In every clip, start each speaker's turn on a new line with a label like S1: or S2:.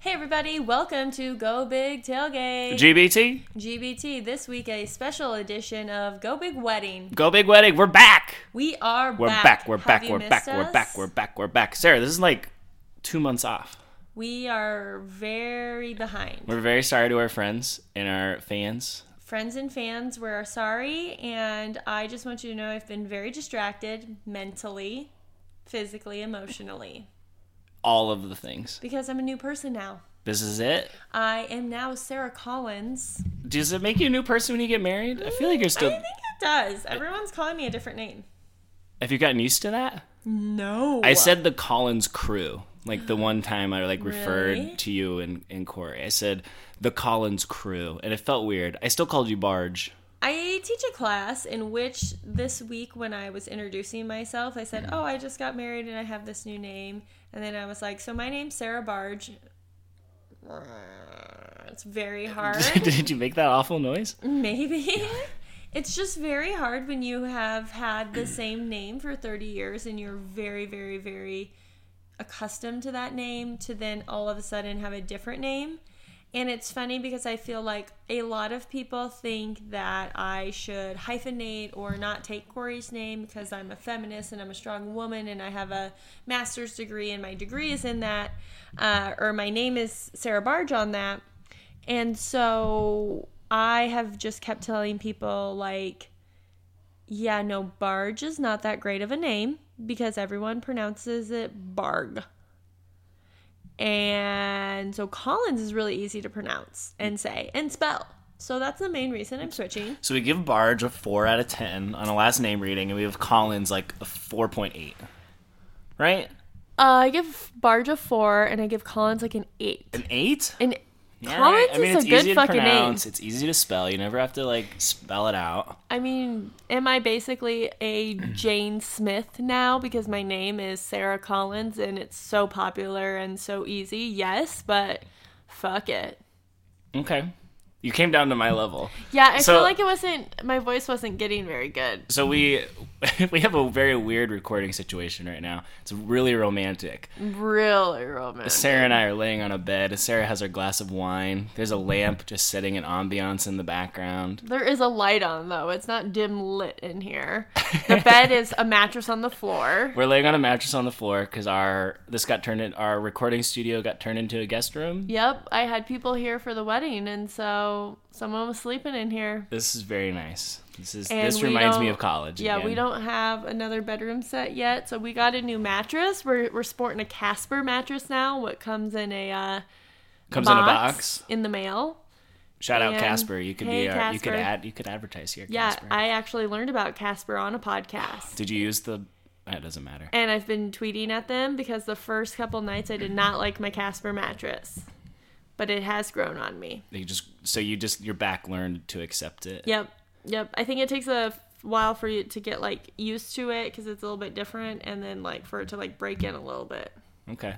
S1: Hey everybody, welcome to Go Big Tailgate
S2: GBT,
S1: GBT. This week a special edition of Go Big Wedding.
S2: go big wedding. We're back.
S1: We are
S2: We're
S1: back.
S2: back. We're
S1: Have
S2: back.
S1: you
S2: We're
S1: missed
S2: back. We're
S1: us?
S2: back. We're back. We're back. Sarah, this is like two months off.
S1: We are very behind.
S2: We're very sorry to our friends and our fans.
S1: Friends and fans, we're sorry, and I just want you to know I've been very distracted mentally, physically, emotionally,
S2: All of the things.
S1: because I'm a new person now.
S2: This is it.
S1: I am now Sarah Collins.
S2: Does it make you a new person when you get married? I feel like you're
S1: I
S2: still.
S1: think it does. Everyone's calling me a different name.
S2: Have you gotten used to that?
S1: No.
S2: I said the Collins crew. Like the one time I like referred
S1: Really?
S2: to you in in Corey, I said the Collins crew, and it felt weird. I still called you Barge.
S1: I teach a class in which this week, when I was introducing myself, I said, Oh, I just got married and I have this new name. And then I was like, So my name's Sarah Barge. It's very hard.
S2: Did you make that awful noise?
S1: Maybe. It's just very hard when you have had the same name for 30 years and you're very, very, very accustomed to that name to then all of a sudden have a different name. And it's funny because I feel like a lot of people think that I should hyphenate or not take Corey's name because I'm a feminist and I'm a strong woman and I have a master's degree and my degree is in that, uh, or my name is Sarah Barge on that. And so I have just kept telling people, like, yeah, no, Barge is not that great of a name because everyone pronounces it Barg. And so Collins is really easy to pronounce and say and spell. So that's the main reason I'm switching.
S2: So we give Barge a four out of ten on a last name reading, and we have Collins like a four point eight, right?
S1: Uh, I give Barge a four and I give Collins like an eight.
S2: An eight.
S1: And
S2: All
S1: Collins
S2: right. I mean,
S1: is
S2: it's
S1: a good
S2: easy to
S1: fucking
S2: pronounce. It's easy to spell. You never have to like spell it out.
S1: I mean, am I basically a Jane Smith now because my name is Sarah Collins and it's so popular and so easy? Yes, but fuck it.
S2: Okay. You came down to my level.
S1: Yeah, I
S2: So-
S1: feel like it wasn't my voice wasn't getting very good.
S2: So we we have a very weird recording situation right now. It's really romantic.
S1: Really romantic.
S2: Sarah and I are laying on a bed. Sarah has her glass of wine. There's a lamp just setting an ambiance in the background.
S1: There is a light on though. It's not dim lit in here. The bed is a mattress on the floor.
S2: We're laying on a mattress on the floor because our this got turned in our recording studio got turned into a guest room.
S1: Yep, I had people here for the wedding and so someone was sleeping in here.
S2: This is very nice. This is
S1: And
S2: this
S1: we
S2: reminds me
S1: don't-
S2: of college.
S1: Yeah,
S2: again.
S1: we don't have another bedroom set yet, so we got a new mattress. We're we're sporting a Casper mattress now. What comes in a uh,
S2: comes
S1: box
S2: in a box.
S1: in the mail.
S2: Shout out
S1: And-
S2: Casper. You could
S1: Hey,
S2: be our, you could
S1: Casper.
S2: add you could advertise here.
S1: Yeah,
S2: Casper.
S1: I actually learned about Casper on a podcast.
S2: Did you use the? That doesn't matter.
S1: And I've been tweeting at them because the first couple nights I did not like my Casper mattress. But it has grown on me.
S2: You just so you just your back learned to accept it.
S1: Yep. Yep. I think it takes a while for you to get like used to it cuz it's a little bit different and then like for it to like break in a little bit.
S2: Okay.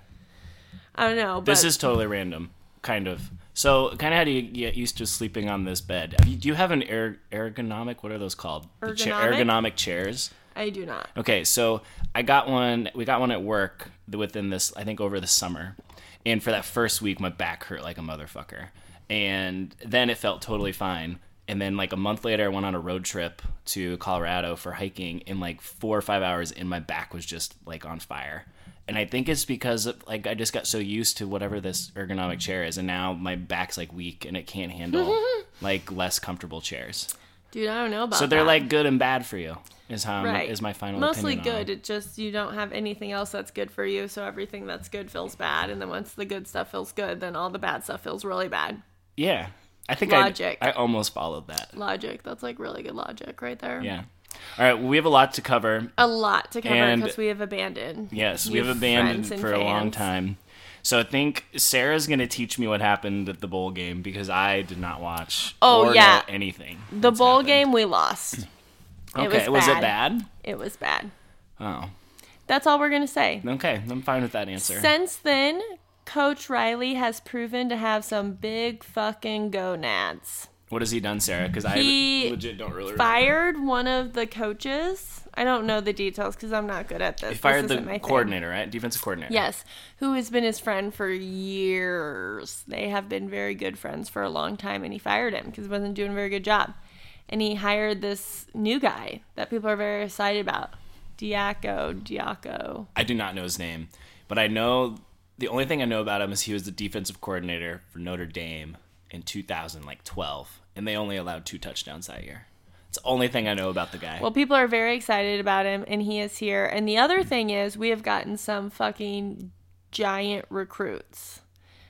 S1: I don't know, but
S2: This is totally random, kind of. So, kind of how do you get used to sleeping on this bed? Have you- Do you have an er- ergonomic? What are those called? The cha-
S1: Ergonomic?
S2: ergonomic chairs.
S1: I do not.
S2: Okay, so I got one. We got one at work within this. I think over the summer, and for that first week, my back hurt like a motherfucker, and then it felt totally fine. And then like a month later, I went on a road trip to Colorado for hiking, and like four or five hours in, my back was just like on fire. And I think it's because of, like I just got so used to whatever this ergonomic chair is, and now my back's like weak and it can't handle like less comfortable chairs.
S1: Dude, I don't know about
S2: So they're
S1: that.
S2: like good and bad for you. Is how I'm-
S1: Uh-huh. right
S2: is my final
S1: mostly
S2: opinion on
S1: good it just you don't have anything else that's good for you so everything that's good feels bad and then once the good stuff feels good then all the bad stuff feels really bad
S2: Yeah. I think
S1: Logic.
S2: I I almost followed that.
S1: logic that's like really good logic right there
S2: Yeah. All right, we have a lot to cover.
S1: a lot to cover
S2: And-
S1: because we have abandoned
S2: Yes, we
S1: you
S2: have abandoned
S1: friends and
S2: for a long
S1: fans.
S2: time. So I think Sarah's going to teach me what happened at the bowl game because I did not watch
S1: Oh,
S2: or know
S1: yeah.
S2: anything.
S1: the bowl game we lost
S2: Okay,
S1: was
S2: it bad?
S1: it was bad
S2: Oh.
S1: that's all we're gonna say
S2: Okay, I'm fine with that answer.
S1: since then coach riley has proven to have some big fucking gonads
S2: What has he done, Sarah? Because I
S1: He
S2: legit don't really
S1: Fired one of the coaches. I don't know the details because I'm not good at this.
S2: remember. He fired
S1: This isn't my
S2: the
S1: thing.
S2: coordinator, right? Defensive coordinator.
S1: Yes, who has been his friend for years. They have been very good friends for a long time, and he fired him because he wasn't doing a very good job. And he hired this new guy that people are very excited about, Diaco. Diaco.
S2: I do not know his name, but I know the only thing I know about him is he was the defensive coordinator for Notre Dame in 2012, and they only allowed two touchdowns that year. It's the only thing I know about the guy.
S1: Well, people are very excited about him, and he is here. And the other thing is, we have gotten some fucking giant recruits,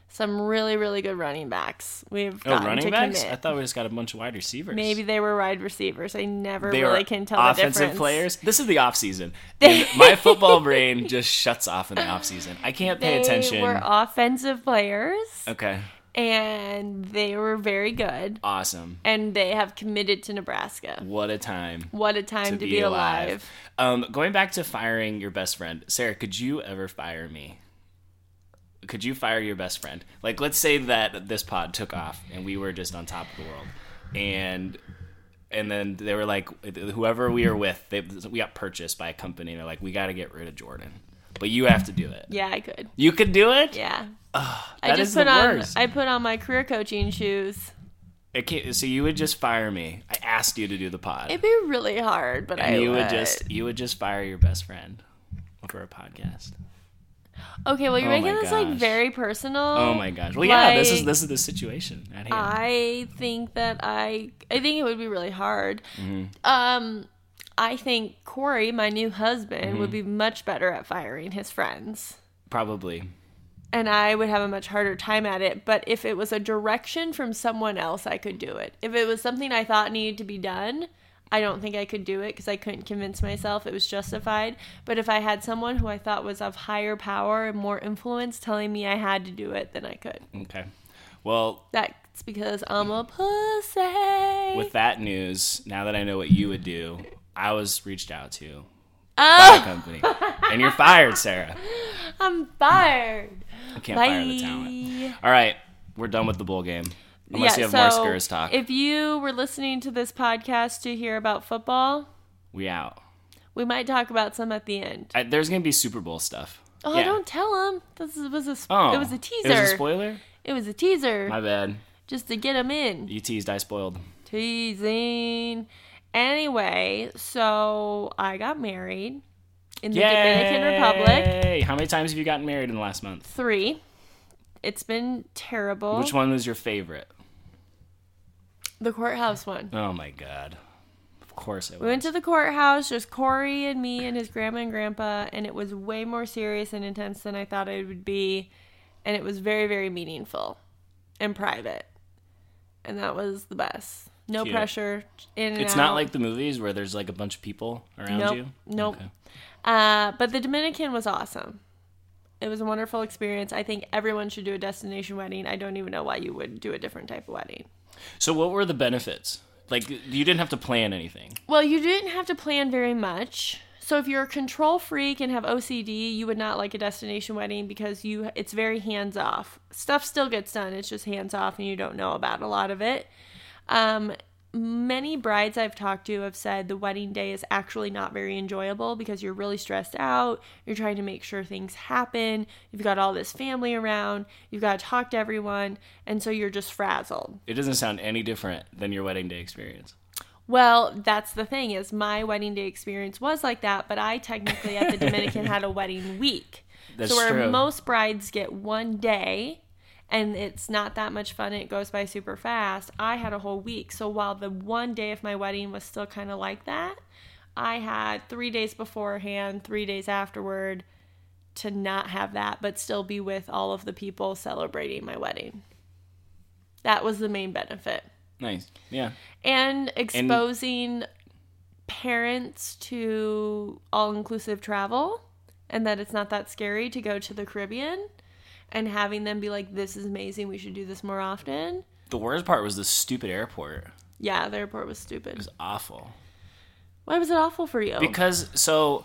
S1: some really, really good running backs. We have
S2: no
S1: gotten
S2: Oh, running
S1: to
S2: backs.
S1: commit.
S2: I thought we just got a bunch of wide receivers.
S1: Maybe they were wide receivers. I never
S2: they
S1: really
S2: are
S1: can tell the
S2: offensive
S1: difference.
S2: players. This is the off season. And my football brain just shuts off in the off season. I can't pay
S1: They
S2: attention.
S1: were offensive players,
S2: okay,
S1: and they were very good,
S2: awesome.
S1: and they have committed to Nebraska.
S2: What a time.
S1: What a time to, be, alive.
S2: Um, going back to firing your best friend, Sarah, could you ever fire me? Could you fire your best friend? Like, let's say that this pod took off and we were just on top of the world, and and then they were like, whoever we are with, they, we got purchased by a company. And they're like, we got to get rid of Jordan, but you have to do it.
S1: Yeah, I could.
S2: You could do it.
S1: Yeah. I
S2: That
S1: just
S2: is
S1: put
S2: the
S1: on
S2: worst.
S1: I put on my career coaching shoes.
S2: It can't, so you would just fire me. I asked you to do the pod,
S1: It'd be really hard, but I
S2: and you
S1: would.
S2: would just you would just fire your best friend for a podcast.
S1: Okay, well you're
S2: Oh my
S1: making this like
S2: gosh.
S1: very personal.
S2: Oh my gosh. Well, yeah, this is
S1: Like-
S2: this is the situation at hand.
S1: I think that I I think it would be really hard.
S2: Mm-hmm.
S1: Um I think Corey, my new husband,
S2: Mm-hmm.
S1: would be much better at firing his friends.
S2: Probably.
S1: And I would have a much harder time at it. But if it was a direction from someone else, I could do it. If it was something I thought needed to be done, I don't think I could do it because I couldn't convince myself it was justified. But if I had someone who I thought was of higher power and more influence telling me I had to do it, then I could.
S2: Okay. Well,
S1: That's because I'm a pussy.
S2: with that news, now that I know what you would do, I was reached out to by a
S1: oh,
S2: company, and you're fired, Sarah.
S1: I'm fired.
S2: I can't
S1: Bye.
S2: fire the talent. All right, we're done with the bowl game. Unless
S1: Yeah,
S2: you have
S1: so
S2: more Skurs talk,
S1: If you were listening to this podcast to hear about football,
S2: we out.
S1: we might talk about some at the end.
S2: I, there's gonna be Super Bowl stuff.
S1: Oh,
S2: Yeah.
S1: don't tell them. This is- was a sp-
S2: Oh,
S1: it was a teaser.
S2: It was a spoiler.
S1: It was a teaser
S2: My bad.
S1: just to get them in.
S2: You teased. I spoiled.
S1: Teasing. Anyway, so I got married in the Dominican Republic.
S2: Yay! How many times have you gotten married in the last month?
S1: 3. It's been terrible.
S2: Which one was your favorite?
S1: The courthouse one.
S2: Oh my god. Of course it
S1: We
S2: was.
S1: went to the courthouse, just Corey and me and his grandma and grandpa, and it was way more serious and intense than I thought it would be. And it was very, very meaningful and private. And that was the best. No
S2: Cute.
S1: pressure. In and
S2: It's
S1: out.
S2: not like the movies where there's like a bunch of people around
S1: nope,
S2: you.
S1: nope.
S2: Okay.
S1: Uh, but the Dominican was awesome. It was a wonderful experience. I think everyone should do a destination wedding. I don't even know why you would do a different type of wedding.
S2: So what were the benefits? Like you didn't have to plan anything.
S1: Well, you didn't have to plan very much. So if you're a control freak and have OCD, you would not like a destination wedding because you it's very hands off. Stuff still gets done. It's just hands off and you don't know about a lot of it. Um many brides I've talked to have said the wedding day is actually not very enjoyable because you're really stressed out. You're trying to make sure things happen. You've got all this family around. You've got to talk to everyone and so you're just frazzled.
S2: It doesn't sound any different than your wedding day experience.
S1: Well, that's the thing is my wedding day experience was like that, but I technically at the Dominican had a wedding week.
S2: That's
S1: so where
S2: true.
S1: most brides get one day and it's not that much fun, it goes by super fast. I had a whole week. So while the one day of my wedding was still kind of like that, I had 3 days beforehand, 3 days afterward to not have that but still be with all of the people celebrating my wedding. That was the main benefit
S2: Nice. Yeah.
S1: and exposing parents to all-inclusive travel and that it's not that scary to go to the caribbean and having them be like this is amazing we should do this more often
S2: The worst part was the stupid airport. It
S1: yeah the airport was stupid
S2: was awful.
S1: why was it awful for you
S2: Oh. Because so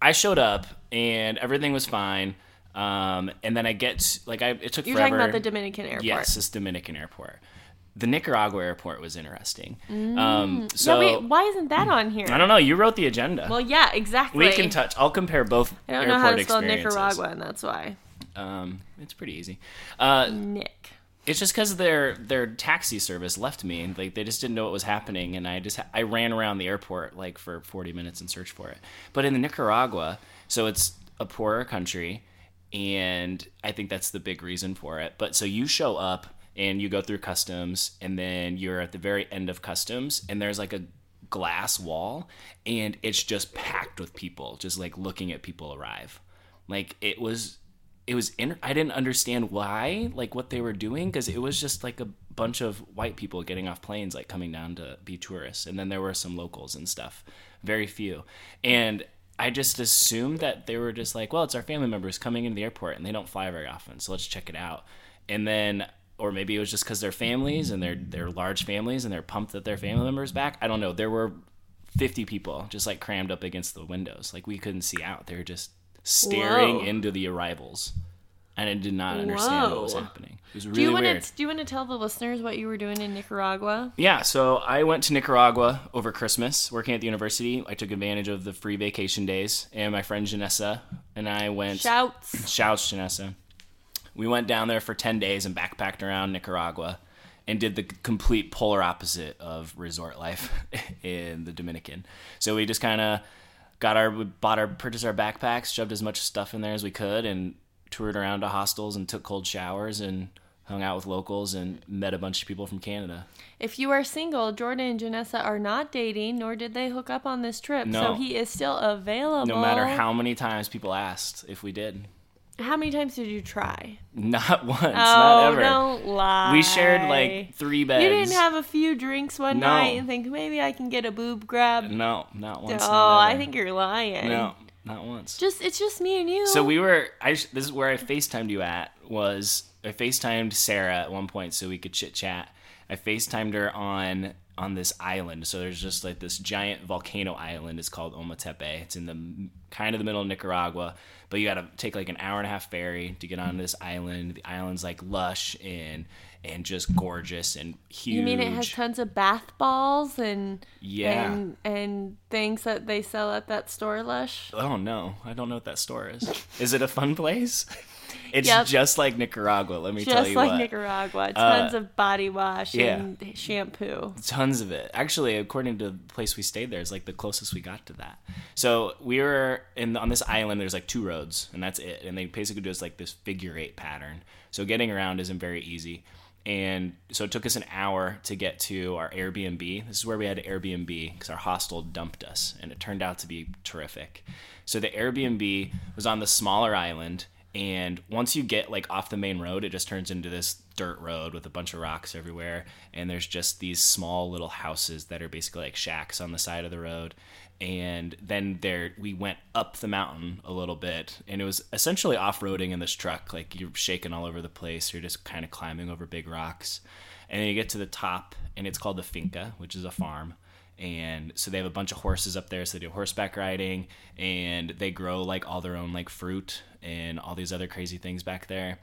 S2: I showed up and everything was fine. Um, and then I get like I it took
S1: you're
S2: forever.
S1: talking about the dominican airport
S2: Yes, it's Dominican airport. the Nicaragua airport was interesting. Um,
S1: Mm.
S2: so
S1: no, wait, why isn't that on here?
S2: I don't know. You wrote the agenda.
S1: Well, yeah, exactly.
S2: we can touch. I'll compare both
S1: I don't know
S2: airport
S1: how to spell
S2: experiences.
S1: Nicaragua, and that's why.
S2: Um, it's pretty easy. Uh,
S1: Nick.
S2: it's just because their their taxi service left me and like they just didn't know what was happening and i just i ran around the airport like for 40 minutes and searched for it but in nicaragua so it's a poorer country and i think that's the big reason for it but so you show up and you go through customs and then you're at the very end of customs and there's like a glass wall and it's just packed with people just like looking at people arrive like it was it was in, I didn't understand why, like what they were doing, because it was just like a bunch of white people getting off planes, like coming down to be tourists, and then there were some locals and stuff, very few, and I just assumed that they were just like, well, it's our family members coming into the airport, and they don't fly very often, so let's check it out, and then. Or maybe it was just because they're families and they're they're large families and they're pumped that their family members back. I don't know. There were fifty people just like crammed up against the windows, like we couldn't see out. They were just staring
S1: Whoa.
S2: into the arrivals and I did not understand what was
S1: Whoa.
S2: happening. It was
S1: Do you
S2: really
S1: want
S2: weird.
S1: to do you want to tell the listeners what you were doing in Nicaragua?
S2: Yeah, so I went to Nicaragua over Christmas, working at the university. I took advantage of the free vacation days, and my friend Janessa and I went.
S1: Shouts.
S2: Shouts, Janessa. We went down there for 10 days and backpacked around Nicaragua and did the complete polar opposite of resort life in the Dominican. So we just kind of got our, we bought our, purchased our backpacks, shoved as much stuff in there as we could, and toured around to hostels and took cold showers and hung out with locals and met a bunch of people from Canada.
S1: If you are single, Jordan and Janessa are not dating, nor did they hook up on this trip, so
S2: No.
S1: he is still available.
S2: No matter how many times people asked if we did,
S1: How many times did you try?
S2: not once,
S1: oh,
S2: not ever.
S1: don't lie.
S2: We shared like three beds.
S1: You didn't have a few drinks one
S2: No.
S1: night and think maybe I can get a boob grab.
S2: No, not once.
S1: oh,
S2: not
S1: I
S2: ever.
S1: think you're lying.
S2: No, not once.
S1: Just it's just me and you.
S2: So we were. I sh- this is where I FaceTimed you at. Was I FaceTimed Sarah at one point so we could chit chat. I FaceTimed her on on this island. So there's just like this giant volcano island. It's called Ometepe. It's in the m- kind of the middle of Nicaragua, but you got to take like an hour and a half ferry to get on this island. The island's like lush and and just gorgeous and huge.
S1: you mean it has tons of bath balls and
S2: Yeah.
S1: and and things that they sell at that store lush?
S2: I don't know. I don't know what that store is. Is it a fun place? It's
S1: Yep.
S2: just like Nicaragua. Let me tell
S1: Just
S2: you
S1: like
S2: what. Uh,
S1: Nicaragua, tons of body wash
S2: yeah.
S1: and shampoo.
S2: Tons of it. Actually, according to the place we stayed there, is like the closest we got to that. So we were in on this island. There's like two roads, and that's it. And they basically do this like this figure eight pattern. So getting around isn't very easy. And so it took us an hour to get to our Airbnb. This is where we had to Airbnb because our hostel dumped us, and it turned out to be terrific. So the Airbnb was on the smaller island, and once you get like off the main road it just turns into this dirt road with a bunch of rocks everywhere and there's just these small little houses that are basically like shacks on the side of the road and then there we went up the mountain a little bit and it was essentially off-roading in this truck like you're shaking all over the place you're just kind of climbing over big rocks and then you get to the top and it's called the finca which is a farm and so they have a bunch of horses up there so they do horseback riding and they grow like all their own like fruit and all these other crazy things back there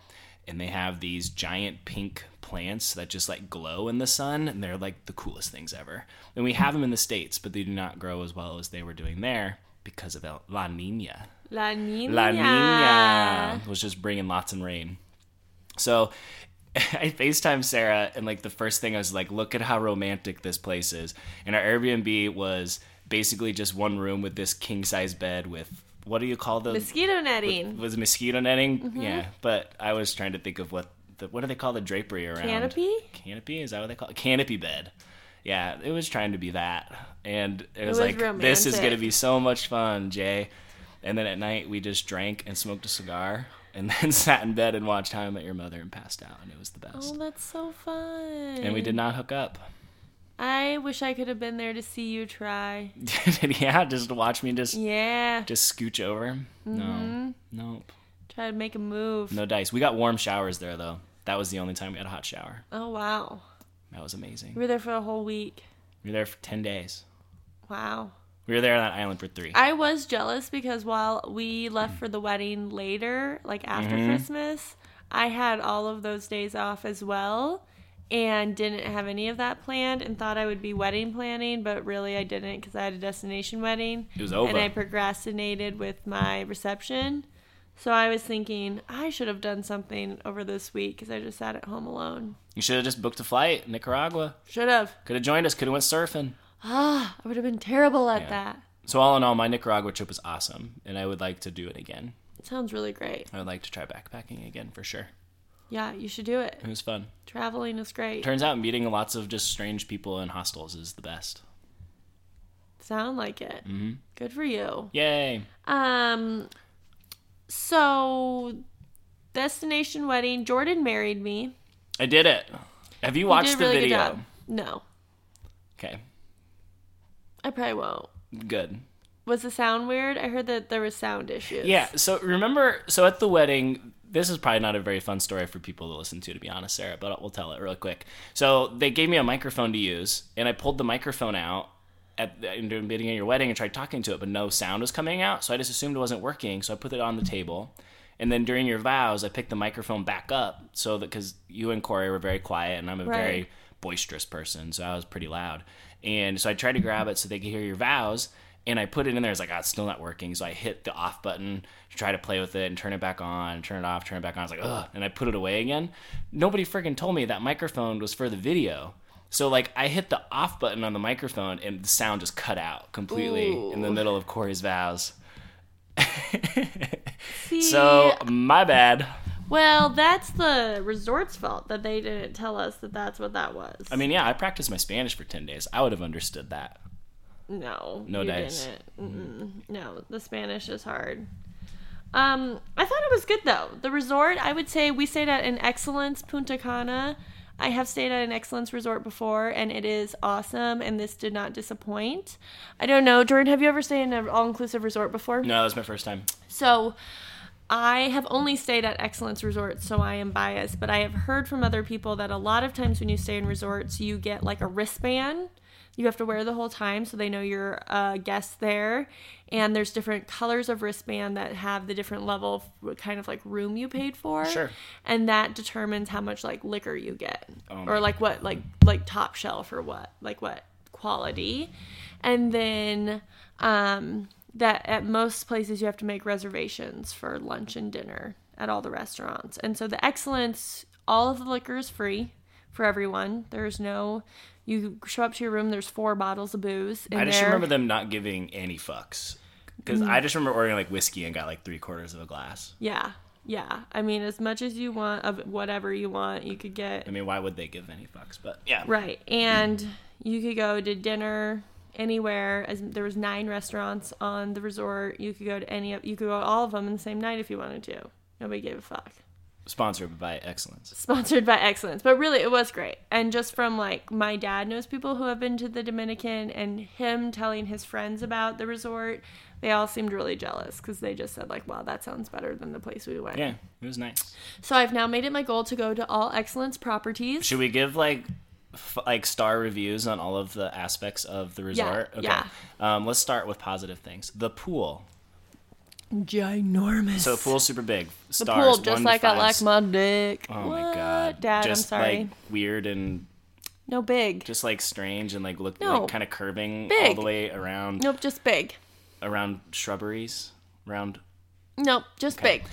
S2: and they have these giant pink plants that just like glow in the sun and they're like the coolest things ever and we have them in the states but they do not grow as well as they were doing there because of El- la nina
S1: La Nina.
S2: La Nina was just bringing lots and rain. So I FaceTime Sarah, and like the first thing I was like, look at how romantic this place is. And our Airbnb was basically just one room with this king size bed with what do you call those?
S1: Mosquito Mm-hmm. netting.
S2: was mosquito netting? Yeah, but I was trying to think of what the, what do they call the drapery around?
S1: Canopy?
S2: Canopy is that what they call it? Canopy bed. Yeah, it was trying to be that, and it
S1: was
S2: was, like this is
S1: romantic.
S2: gonna be so much fun, Jay. And then at night we just drank and smoked a cigar, and then sat in bed and watched How I Met Your Mother and passed out, and it was the best.
S1: Oh, that's so fun.
S2: and we did not hook up.
S1: I wish I could have been there to see you try.
S2: yeah, just watch me just
S1: Yeah.
S2: just scooch over.
S1: Mm-hmm.
S2: No, nope,
S1: Try to make a move.
S2: no dice. We got warm showers there though. That was the only time we had a hot shower.
S1: Oh wow.
S2: That was amazing.
S1: We were there for a whole week.
S2: We were there for 10 days.
S1: Wow.
S2: We were there on that island for three.
S1: I was jealous because while we left for the wedding
S2: Mm-hmm.
S1: later, like after Christmas, I had all of those days off as well. and didn't have any of that planned and thought I would be wedding planning, but really I didn't because I had a destination wedding.
S2: It was over.
S1: And I procrastinated with my reception. So I was thinking I should have done something over this week because I just sat at home alone.
S2: You should have just booked a flight, Nicaragua.
S1: Should have.
S2: Could have joined us. Could have went surfing.
S1: Ah, I would have been terrible at that.
S2: So all in all, my Nicaragua trip was awesome, and I would like to do it again.
S1: It sounds really great.
S2: I would like to try backpacking again for sure.
S1: Yeah, you should do it.
S2: It was fun.
S1: Traveling is great.
S2: Turns out meeting lots of just strange people in hostels is the best.
S1: Sound like it. Mm-hmm. Good for you.
S2: Yay!
S1: Um, so destination wedding. Jordan married me.
S2: I did it. Have you
S1: You did
S2: watched
S1: a really
S2: the video?
S1: good job. No,
S2: Okay,
S1: I probably won't.
S2: good.
S1: Was the sound weird? I heard that there was sound issues.
S2: Yeah. So remember, so at the wedding, this is probably not a very fun story for people to listen to, to be honest, Sarah. But we'll tell it real quick. So they gave me a microphone to use, and I pulled the microphone out at the in the beginning of your wedding and tried talking to it, but no sound was coming out. So I just assumed it wasn't working. So I put it on the table. And then during your vows, I picked the microphone back up so that because you and Corey were very quiet, and I'm a
S1: Right.
S2: very boisterous person, so I was pretty loud. And so I tried to grab it so they could hear your vows, and I put it in there. It's like, ah, it's still not working. So I hit the off button to try to play with it and turn it back on, turn it off, turn it back on. I was like, ugh, and I put it away again. Nobody freaking told me that microphone was for the video. So like I hit the off button on the microphone and the sound just cut out completely in the middle of Corey's vows.
S1: See,
S2: So my bad.
S1: well, that's the resort's fault that they didn't tell us that that's what that was.
S2: I mean, yeah, I practiced my Spanish for ten days. I would have understood that.
S1: No.
S2: No
S1: you
S2: dice.
S1: Didn't. Mm-mm. No, the Spanish is hard. Um, I thought it was good though. The resort, I would say we stayed at an Excellence Punta Cana. I have stayed at an Excellence resort before, and it is awesome. And this did not disappoint. I don't know, Jordan. Have you ever stayed in an all-inclusive resort before?
S2: No, that was my first time.
S1: So I have only stayed at excellence resorts, so I am biased, but I have heard from other people that a lot of times when you stay in resorts, you get like a wristband you have to wear the whole time so they know you're a guest there. And there's different colors of wristband that have the different level of kind of like room you paid for.
S2: Sure.
S1: And that determines how much like liquor you get
S2: Oh my
S1: or like what like like top shelf or what like what quality and then um that at most places you have to make reservations for lunch and dinner at all the restaurants and so the excellence all of the liquor is free for everyone there's no you show up to your room there's four bottles of booze in
S2: I just
S1: there
S2: remember them not giving any fucks. Because I just remember ordering like whiskey and got like three quarters of a glass.
S1: yeah yeah i mean as much as you want of whatever you want you could get
S2: I mean, why would they give any fucks? But yeah.
S1: Right. And you could go to dinner anywhere as there was nine restaurants on the resort. You could go to any of you could go to all of them in the same night if you wanted to. Nobody gave a fuck.
S2: Sponsored by Excellence.
S1: Sponsored by Excellence, but really it was great. And just from like my dad knows people who have been to the Dominican and him telling his friends about the resort, they all seemed really jealous cuz they just said like, "Wow, that sounds better than the place we went."
S2: Yeah, it was nice.
S1: So I've now made it my goal to go to all Excellence properties.
S2: Should we give like f- like star reviews on all of the aspects of the resort?
S1: yeah.
S2: Um, let's start with positive things. The pool.
S1: Ginormous.
S2: So the pool's super big.
S1: the
S2: Stars,
S1: pool, just
S2: one
S1: like
S2: to
S1: I
S2: five
S1: like my dick.
S2: Oh my god.
S1: Dad,
S2: just
S1: I'm sorry.
S2: like weird and
S1: no big.
S2: just like strange and like look
S1: No.
S2: like kind of curving all
S1: Big.
S2: the way around
S1: nope, just big.
S2: around shrubberies, around
S1: Nope, just big.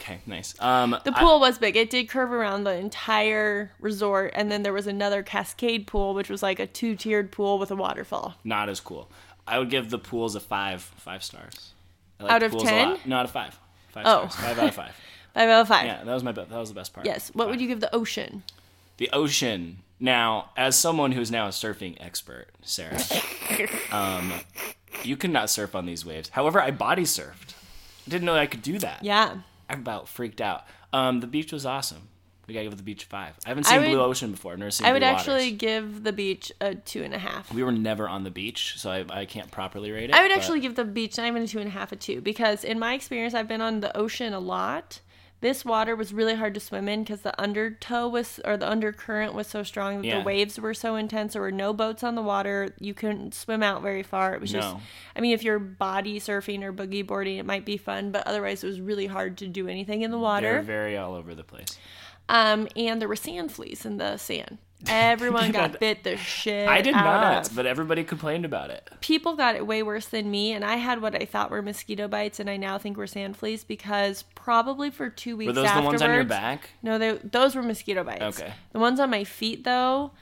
S2: Okay, nice. Um,
S1: The
S2: I-
S1: pool was big. It did curve around the entire resort, and then there was another cascade pool, which was like a two-tiered pool with a waterfall.
S2: not as cool. I would give the pools a five, five stars. I like
S1: Out of
S2: pools a
S1: 10?
S2: lot. No, out of five. Five
S1: Oh.
S2: stars. Five out of five.
S1: Five out of five.
S2: Yeah, that was my be- that was the best part.
S1: Yes. What would you give the ocean?
S2: The ocean. Now, as someone who's now a surfing expert, Sarah, um, you cannot surf on these waves. However, I body surfed. I didn't know I could do that.
S1: Yeah.
S2: I'm about freaked out. Um, the beach was awesome. We gotta give the beach a five. I haven't seen
S1: would-
S2: blue ocean before. I've never seen
S1: I would
S2: blue
S1: actually
S2: waters.
S1: give the beach a two and a half.
S2: We were never on the beach, so I, I can't properly rate it.
S1: I would
S2: but-
S1: actually give the beach not even a two and a half a two because in my experience, I've been on the ocean a lot. This water was really hard to swim in because the undertow was or the undercurrent was so strong that
S2: Yeah.
S1: the waves were so intense. There were no boats on the water. You couldn't swim out very far. It was just,
S2: No.
S1: I mean, if you're body surfing or boogie boarding, it might be fun, but otherwise, it was really hard to do anything in the
S2: They were
S1: water.
S2: very all over the place.
S1: Um, and there were sand fleas in the sand, Everyone got bit their shit.
S2: I did
S1: out
S2: not,
S1: of.
S2: but everybody complained about it.
S1: People got it way worse than me, and I had what I thought were mosquito bites, and I now think were sand fleas because probably for two weeks.
S2: Were those the ones on your
S1: afterwards-
S2: back?
S1: No, they, those were mosquito bites.
S2: Okay.
S1: The ones on my feet, though,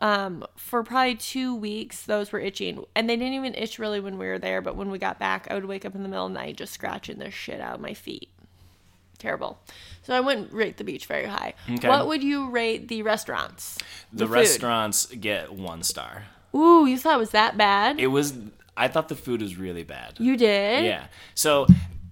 S1: um, for probably two weeks, those were itching. And they didn't even itch really when we were there, but when we got back, I would wake up in the middle of the night just scratching the shit out of my feet. Terrible. So I wouldn't rate the beach very high.
S2: Okay.
S1: What would you rate the restaurants?
S2: The,
S1: food?
S2: restaurants get one star.
S1: Ooh, you thought it was that bad?
S2: It was. I thought the food was really bad.
S1: you did?
S2: Yeah. So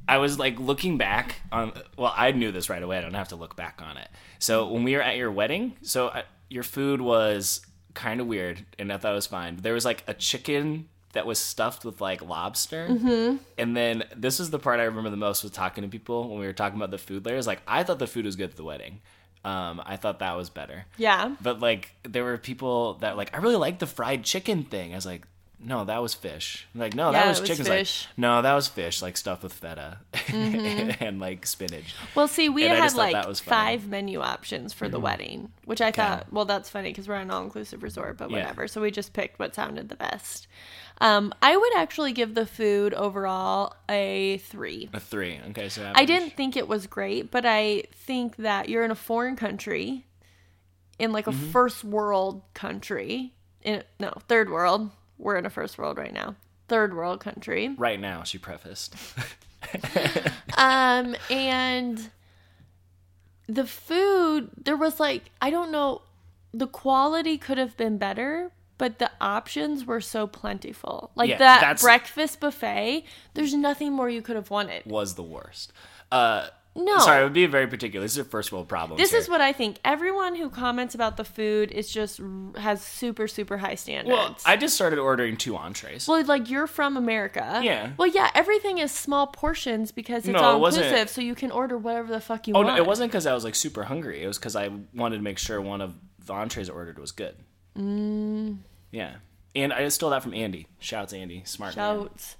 S2: I was like looking back on. Well, I knew this right away. I don't have to look back on it. So when we were at your wedding, so I, your food was kind of weird, and I thought it was fine. There was like a chicken that was stuffed with like lobster, and then this is the part I remember the most was talking to people when we were talking about the food layers. Like I thought the food was good at the wedding. Um, I thought that was better.
S1: Yeah.
S2: But like there were people that like I really like the fried chicken thing. I was like, no, that was fish. I'm like no, that
S1: Yeah,
S2: was
S1: it was
S2: chicken. It's
S1: fish. Mm-hmm.
S2: Like no, that was fish. Like stuff with feta and like spinach.
S1: Well, see, we
S2: And I
S1: had
S2: just thought
S1: like
S2: that was funny. Mm-hmm.
S1: five menu options for the wedding, which I thought, well, that's funny because we're an all inclusive resort, but
S2: Yeah.
S1: whatever. So we just picked what sounded the best. Um, I would actually give the food overall a three.
S2: A three. Okay, so
S1: I didn't think it was great, but I think that you're in a foreign country, in like a
S2: Mm-hmm.
S1: first world country, in no third world. We're in a first world right now, third world country.
S2: Right now, she prefaced.
S1: Um, and the food, there was like, I don't know, the quality could have been better, but the options were so plentiful. Like
S2: Yeah,
S1: that
S2: that's-
S1: breakfast buffet, there's nothing more you could have wanted.
S2: was the worst. Uh,
S1: No.
S2: Sorry, it would be very particular. This is a first world
S1: Oh.
S2: problem.
S1: This is what I think. Everyone who comments about the food is just has super super high standards.
S2: Well, I just started ordering two entrees.
S1: Well, like you're from America.
S2: Yeah.
S1: Well, yeah, everything is small portions because it's
S2: No, it
S1: all
S2: wasn't-
S1: inclusive, so you can order whatever the fuck you
S2: oh
S1: want.
S2: no, it wasn't because I was like super hungry. It was because I wanted to make sure one of the entrees I ordered was good. Mm. Yeah, and I stole that from Andy. Shouts Andy, smart man.
S1: out.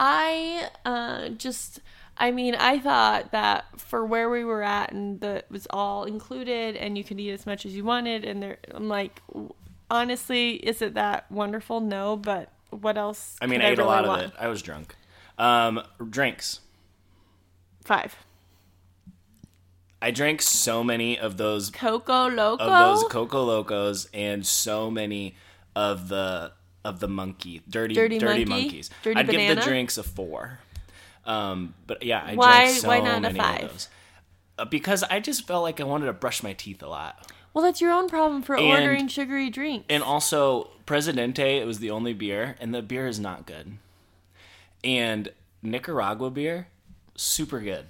S1: I uh, just, I mean, I thought that for where we were at and that it was all included and you could eat as much as you wanted, and there, I'm like, w- honestly, is it that wonderful? No, but what else?
S2: I mean,
S1: could
S2: I ate a
S1: really
S2: lot
S1: want?
S2: of it. I was drunk. Um, drinks.
S1: Five.
S2: I drank so many of those
S1: Coco Loco.
S2: of those Coco Locos and so many of the of the monkey dirty
S1: Dirty
S2: dirty,
S1: monkey?
S2: monkeys.
S1: Dirty
S2: I'd give
S1: banana?
S2: the drinks a four. Um, but yeah, I
S1: Why-
S2: drank so
S1: why not a
S2: many
S1: five?
S2: of those Uh, because I just felt like I wanted to brush my teeth a lot.
S1: well, that's your own problem for
S2: And-
S1: ordering sugary drinks.
S2: And also, Presidente it was the only beer, and the beer is not good. And Nicaragua beer, super good.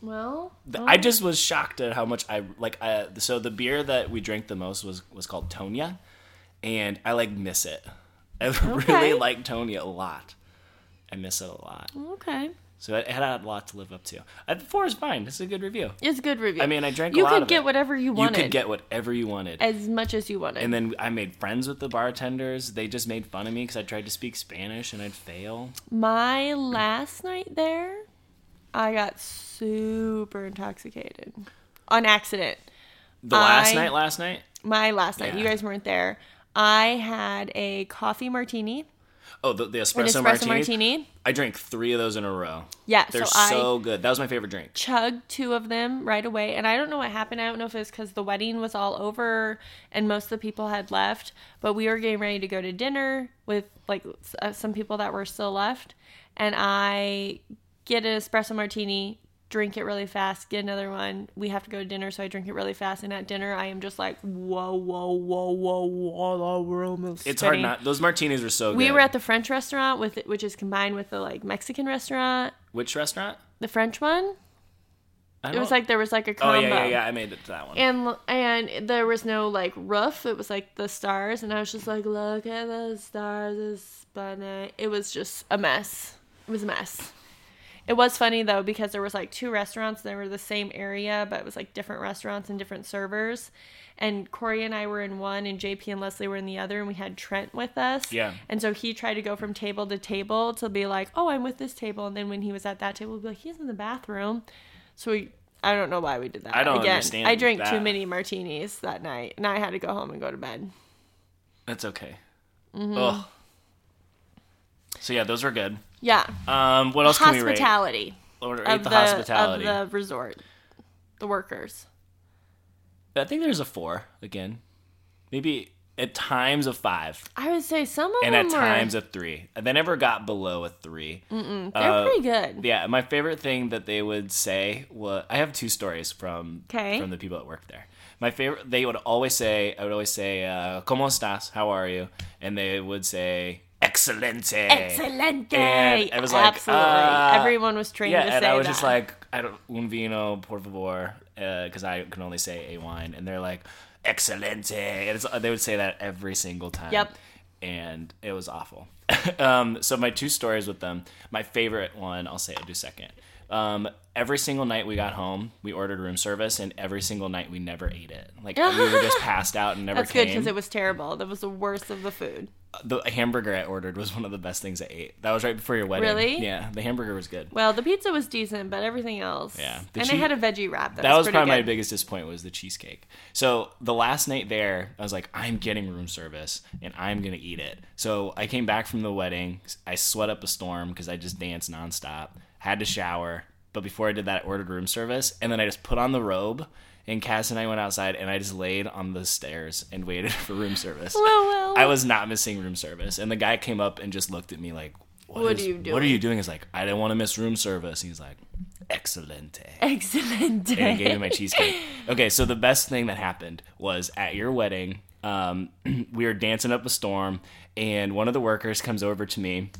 S1: well,
S2: Th- I just was shocked at how much I like. I, so the beer that we drank the most was was called Tonya, and I like miss it. I
S1: Okay.
S2: really like Tonya a lot. I miss it a lot.
S1: okay.
S2: So it had a lot to live up to. I, four is fine. This is a good review.
S1: It's a good review.
S2: I mean, I drank a
S1: You
S2: lot
S1: could
S2: of
S1: get
S2: it.
S1: whatever you
S2: You
S1: wanted.
S2: could get whatever you wanted.
S1: as much as you wanted.
S2: And then I made friends with the bartenders. They just made fun of me because I tried to speak Spanish and I'd fail.
S1: My last night there, I got super intoxicated on accident.
S2: The last
S1: I-
S2: night, last night.
S1: My last night, you
S2: Yeah.
S1: guys weren't there. I had a coffee martini,
S2: Oh, the, the
S1: an
S2: espresso,
S1: espresso
S2: martinis.
S1: martini.
S2: I drank three of those in a row.
S1: Yeah,
S2: They're
S1: so I-
S2: so good. That was my favorite drink.
S1: Chugged two of them right away, and I don't know what happened. I don't know if it's because the wedding was all over and most of the people had left, but we were getting ready to go to dinner with like s- uh, some people that were still left, and I get an espresso martini, drink it really fast, get another one. We have to go to dinner, so I drink it really fast. And at dinner, I am just like, whoa, whoa, whoa, whoa, whoa, the room is spinning.
S2: It's hard not. Those martinis were so good.
S1: We were at the French restaurant with which is combined with the like Mexican restaurant,
S2: which restaurant?
S1: the French one. It
S2: I
S1: was
S2: don't-
S1: like there was like a
S2: oh
S1: combo.
S2: yeah, yeah, yeah. I made it to that one.
S1: And and there was no like roof. It was like the stars, and I was just like, look at the stars, it's spinning. It was just a mess. It was a mess. It was funny though because there was like two restaurants. They were the same area, but it was like different restaurants and different servers. And Corey and I were in one, and JP and Leslie were in the other, and we had Trent with us.
S2: Yeah.
S1: And so he tried to go from table to table to be like, "Oh, I'm with this table," and then when he was at that table, he'd be like, "He's in the bathroom." So we I don't know why we did that.
S2: I don't
S1: Again,
S2: understand
S1: I drank
S2: that.
S1: too many martinis that night, and I had to go home and go to bed.
S2: That's okay.
S1: Mm-hmm.
S2: Ugh. So yeah, those were good.
S1: Yeah,
S2: Um, what else can we rate?
S1: hospitality
S2: Or rate
S1: of
S2: the,
S1: the
S2: hospitality.
S1: of the resort, the workers.
S2: I think there's a four again. Maybe at times a five,
S1: I would say some of
S2: and
S1: them
S2: at
S1: were
S2: times a three. They never got below a 3
S1: they're
S2: uh,
S1: pretty good.
S2: Yeah, my favorite thing that they would say was I have two stories from
S1: 'Kay.
S2: from the people that worked there. My favorite, they would always say, I would always say, uh, "Cómo estás? How are you?" And they would say, "Excelente."
S1: Excelente!
S2: And I was like,
S1: absolutely.
S2: uh,
S1: Everyone was trained
S2: Yeah,
S1: to
S2: and
S1: say
S2: I was
S1: that.
S2: just like, I don't un vino, por favor, because I can only say a wine, and they're like, excelente. And it's, they would say that every single time.
S1: Yep.
S2: And it was awful. um, so my two stories with them. My favorite one, I'll say, I'll do second. Um, every single night we got home, we ordered room service, and every single night we never ate it. Like we were just passed out and never
S1: that's good
S2: came
S1: because it was terrible. That was the worst of the food.
S2: the hamburger I ordered was one of the best things I ate. That was right before your wedding.
S1: Really?
S2: Yeah, the hamburger was good.
S1: Well, the pizza was decent, but everything else.
S2: Yeah. The
S1: and
S2: chee-
S1: they had a veggie wrap. That,
S2: That was
S1: pretty
S2: probably my
S1: good.
S2: biggest disappointment was the cheesecake. So the last night there, I was like, I'm getting room service and I'm gonna eat it. So I came back from the wedding. I sweat up a storm because I just danced nonstop. Had to shower, but before I did that, I ordered room service and then I just put on the robe. And Cass and I went outside and I just laid on the stairs and waited for room service.
S1: Well, well.
S2: I was not missing room service. And the guy came up and just looked at me like,
S1: What
S2: is-
S1: are you
S2: What are
S1: doing?"
S2: you doing? He's like, I didn't want to miss room service. He's like, Excelente
S1: Excellent.
S2: and gave me my cheesecake. Okay, so the best thing that happened was at your wedding, um, we were dancing up a storm, and one of the workers comes over to me,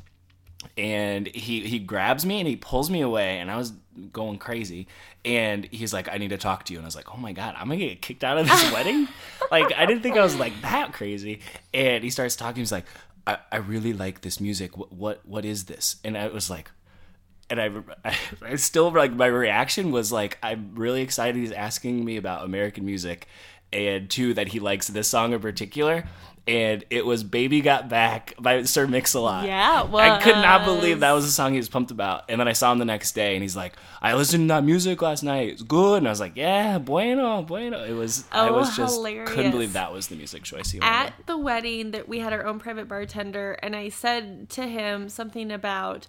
S2: and he he grabs me and he pulls me away, and I was going crazy, and he's like, "I need to talk to you," and I was like, "Oh my god, I'm gonna get kicked out of this wedding!" Like I didn't think I was like that crazy, and he starts talking. He's like, "I, I really like this music. What, what what is this?" And I was like and I, I, I still like my reaction was like I'm really excited he's asking me about American music, and two that he likes this song in particular, and it was "Baby Got Back" by Sir Mix-a-Lot.
S1: Yeah, it
S2: I could not
S1: was.
S2: believe that was the song he was pumped about, and then I saw him the next day, and he's like, "I listened to that music last night. It's good," and I was like, "Yeah, bueno, bueno." It was I
S1: Oh,
S2: was just couldn't
S1: hilarious.
S2: believe that was the music choice he wanted.
S1: at the wedding that we had our own private bartender and i said to him something about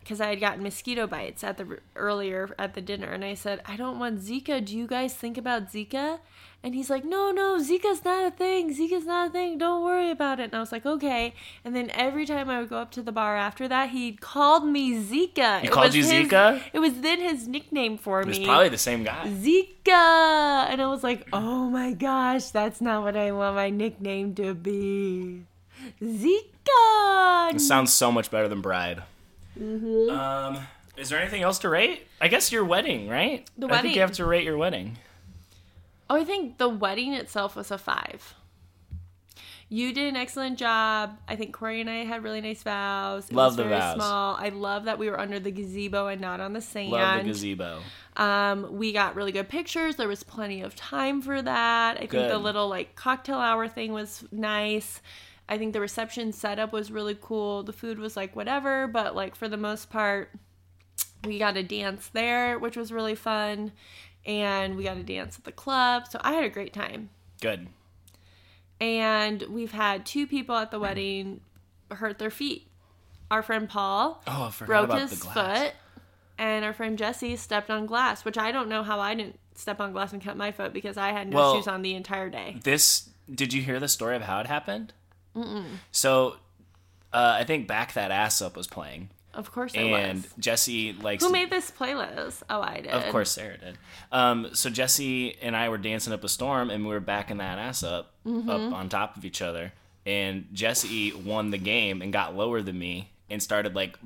S1: because i had gotten mosquito bites at the earlier at the dinner and i said i don't want zika do you guys think about zika and he's like no no zika's not a thing zika's not a thing don't worry about it and i was like okay and then every time i would go up to the bar after that he called me zika he
S2: called you Zika?
S1: it was then his nickname for
S2: It was
S1: me
S2: probably the same guy.
S1: Zika! And I was like, oh my gosh, that's not what I want my nickname to be. Zika!
S2: Sounds so much better than Bride.
S1: Mm-hmm.
S2: Um, is there anything else to rate? I guess your wedding, right?
S1: The
S2: I think you
S1: wedding.
S2: have to rate your wedding.
S1: Oh, I think the wedding itself was a five. You did an excellent job. I think Corey and I had really nice vows. It
S2: Love
S1: was
S2: the
S1: very
S2: vows.
S1: Small. I love that we were under the gazebo and not on the sand.
S2: Love the gazebo.
S1: Um, we got really good pictures. There was plenty of time for that. I think
S2: Good.
S1: the little like cocktail hour thing was nice. I think the reception setup was really cool. The food was like whatever, but like for the most part, we got a dance there, which was really fun. And we got a dance at the club. So I had a great time.
S2: Good.
S1: And we've had two people at the wedding hurt their feet. Our friend Paul
S2: Oh, I forgot
S1: broke
S2: about
S1: his
S2: the glass.
S1: foot, and our friend Jesse stepped on glass, which I don't know how I didn't step on glass and cut my foot because I had no
S2: Well-
S1: shoes on the entire day.
S2: This. Did you hear the story of how it happened? Mm-mm. So, uh, I think back that ass up was playing,
S1: Of course, I
S2: and
S1: was.
S2: Jesse likes.
S1: Who
S2: to-
S1: made this playlist? Oh, I did.
S2: Of course, Sarah did. Um, so Jesse and I were dancing up a storm, and we were backing that ass up, up on top of each other. And Jesse won the game and got lower than me, and started like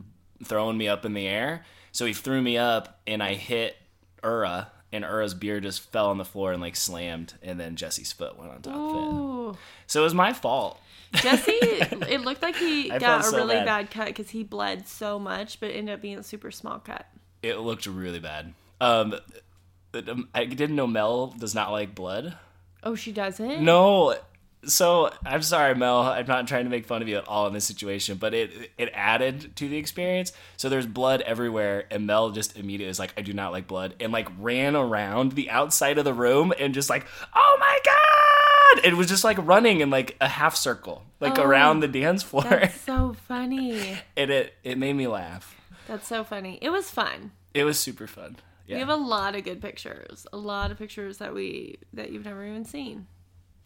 S2: throwing me up in the air. So he threw me up, and I hit Ura, and Ura's beer just fell on the floor and like slammed, and then Jesse's foot went on top of it.
S1: Ooh.
S2: So it was my fault.
S1: Jesse, it looked like he
S2: I
S1: got
S2: felt
S1: a
S2: so
S1: really
S2: bad.
S1: bad, cut because he bled so much, but ended up being a super small cut.
S2: It looked really bad. Um, I didn't know Mel does not like blood.
S1: Oh, she doesn't?
S2: No, so I'm sorry, Mel. I'm not trying to make fun of you at all in this situation, but it it added to the experience. So there's blood everywhere, and Mel just immediately is like, "I do not like blood," and like ran around the outside of the room and just like, "Oh my god!" It was just like running in like a half circle, like
S1: Oh,
S2: around the dance floor,
S1: That's so funny.
S2: and it it made me laugh.
S1: That's so funny. It was fun.
S2: It was super fun.
S1: We
S2: Yeah,
S1: have a lot of good pictures. A lot of pictures that we that you've never even seen.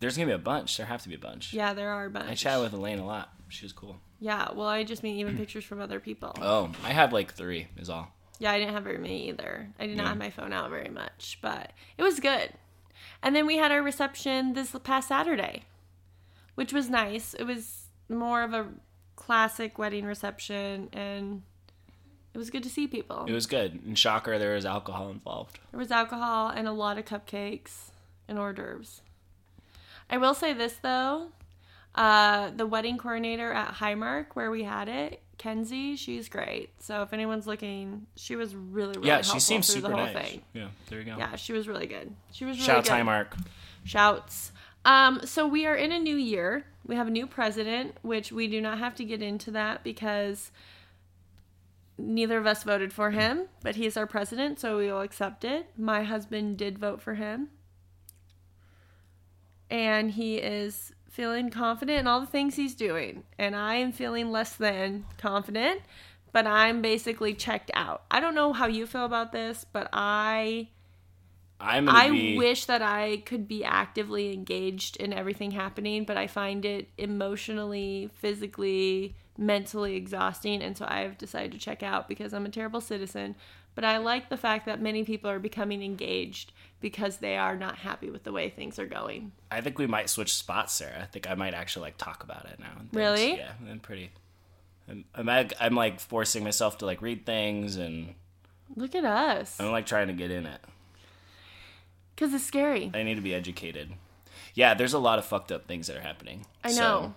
S2: there's gonna be a bunch. There have to be a bunch.
S1: Yeah, there are a bunch.
S2: I chatted with Elaine a lot. She was cool.
S1: Yeah, well, I just mean even pictures from other people.
S2: Oh, I have like three is all.
S1: Yeah, I didn't have very many either. I did not have my phone out very much, but it was good. And then we had our reception this past Saturday, which was nice. It was more of a classic wedding reception, and it was good to see people.
S2: It was good. And shocker, there was alcohol involved.
S1: There was alcohol and a lot of cupcakes and hors d'oeuvres. I will say this though, uh, the wedding coordinator at Highmark where we had it, Kenzie, she's great. So if anyone's looking, she was really really
S2: yeah,
S1: helpful
S2: she seems
S1: through
S2: super
S1: the whole
S2: nice.
S1: thing.
S2: Yeah, there you go.
S1: Yeah, she was really good. She was really
S2: Shout out
S1: good.
S2: Time Arc.
S1: Shouts. Um, so we are in a new year. We have a new president, which we do not have to get into that because neither of us voted for him, but he's our president, so we will accept it. My husband did vote for him. And he is feeling confident in all the things he's doing. And I am feeling less than confident, but I'm basically checked out. I don't know how you feel about this, but I
S2: I'm gonna
S1: I
S2: be
S1: wish that I could be actively engaged in everything happening, but I find it emotionally, physically, mentally exhausting. And so I've decided to check out because I'm a terrible citizen. But I like the fact that many people are becoming engaged because they are not happy with the way things are going.
S2: I think we might switch spots, Sarah. I think I might actually like talk about it now. and things.
S1: Really?
S2: Yeah, I'm pretty. I'm, I'm ag- I'm like forcing myself to like read things, and
S1: Look at us.
S2: I'm like trying to get in it.
S1: Because it's scary.
S2: I need to be educated. Yeah, there's a lot of fucked up things that are happening.
S1: I
S2: So,
S1: know.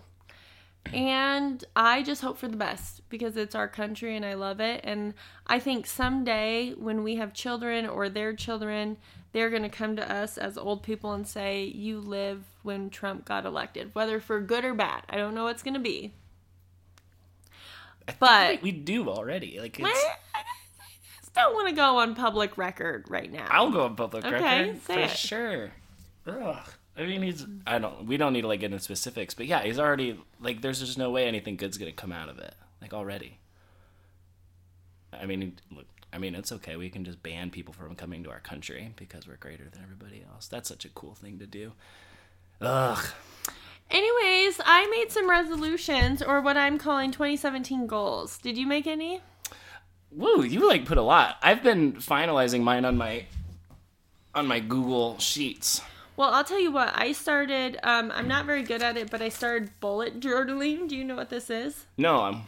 S1: And I just hope for the best because it's our country and I love it. And I think someday when we have children or their children, they're going to come to us as old people and say, You live when Trump got elected, whether for good or bad. I don't know what's going to be. But
S2: we do already. Like,
S1: I
S2: it's,
S1: just don't want to go on public record right now.
S2: I'll go on public
S1: Okay,
S2: record
S1: say
S2: for
S1: it.
S2: sure. Ugh. I mean, he's. I don't. We don't need to like get into specifics, but yeah, he's already like. There's just no way anything good's gonna come out of it. Like already. I mean, look. I mean, it's okay. We can just ban people from coming to our country because we're greater than everybody else. That's such a cool thing to do. Ugh.
S1: Anyways, I made some resolutions or what I'm calling 2017 goals. Did you make any?
S2: Woo, you like put a lot. I've been finalizing mine on my on my Google Sheets.
S1: Well, I'll tell you what. I started. Um, I'm not very good at it, but I started bullet journaling. Do you know what this is?
S2: No, I'm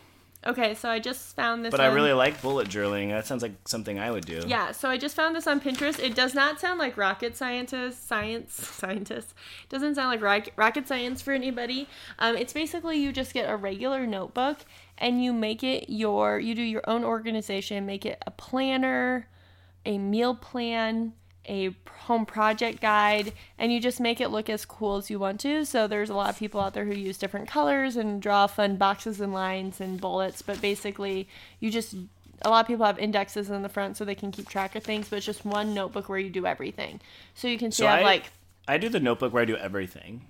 S1: Okay, so I just found this.
S2: But I
S1: on-
S2: really like bullet drilling. That sounds like something I would do.
S1: Yeah, so I just found this on Pinterest. It does not sound like rocket scientist science scientist. It doesn't sound like rock, rocket science for anybody. Um, it's basically you just get a regular notebook and you make it your. You do your own organization. Make it a planner, a meal plan, a home project guide, and you just make it look as cool as you want to. So there's a lot of people out there who use different colors and draw fun boxes and lines and bullets, but basically you just a lot of people have indexes in the front so they can keep track of things, but it's just one notebook where you do everything. So you can see
S2: So
S1: I
S2: I
S1: have like
S2: I do the notebook where I do everything.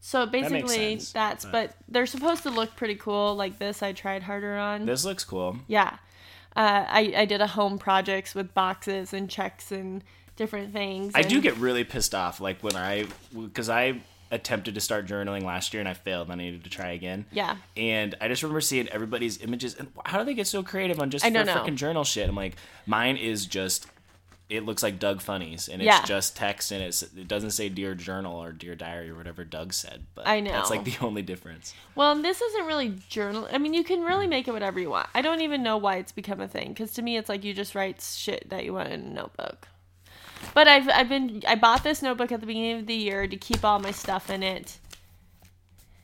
S1: so
S2: makes
S1: basically
S2: sense,
S1: that's but they're supposed to look pretty cool like this I tried harder on.
S2: This looks cool.
S1: Yeah. Uh, I, I did a home projects with boxes and checks and different things.
S2: I
S1: and-
S2: do get really pissed off like when I because I attempted to start journaling last year and I failed. And I needed to try again.
S1: Yeah.
S2: And I just remember seeing everybody's images and how do they get so creative on just
S1: I
S2: for
S1: don't know.
S2: freaking journal shit? I'm like, mine is just it looks like Doug Funnies and it's
S1: Yeah.
S2: just text and it's it doesn't say dear journal or dear diary or whatever Doug said. But
S1: I
S2: that's
S1: know.
S2: like the only difference.
S1: Well, and this isn't really journal. I mean, you can really make it whatever you want. I don't even know why it's become a thing because to me, it's like you just write shit that you want in a notebook. But I've I've been I bought this notebook at the beginning of the year to keep all my stuff in it,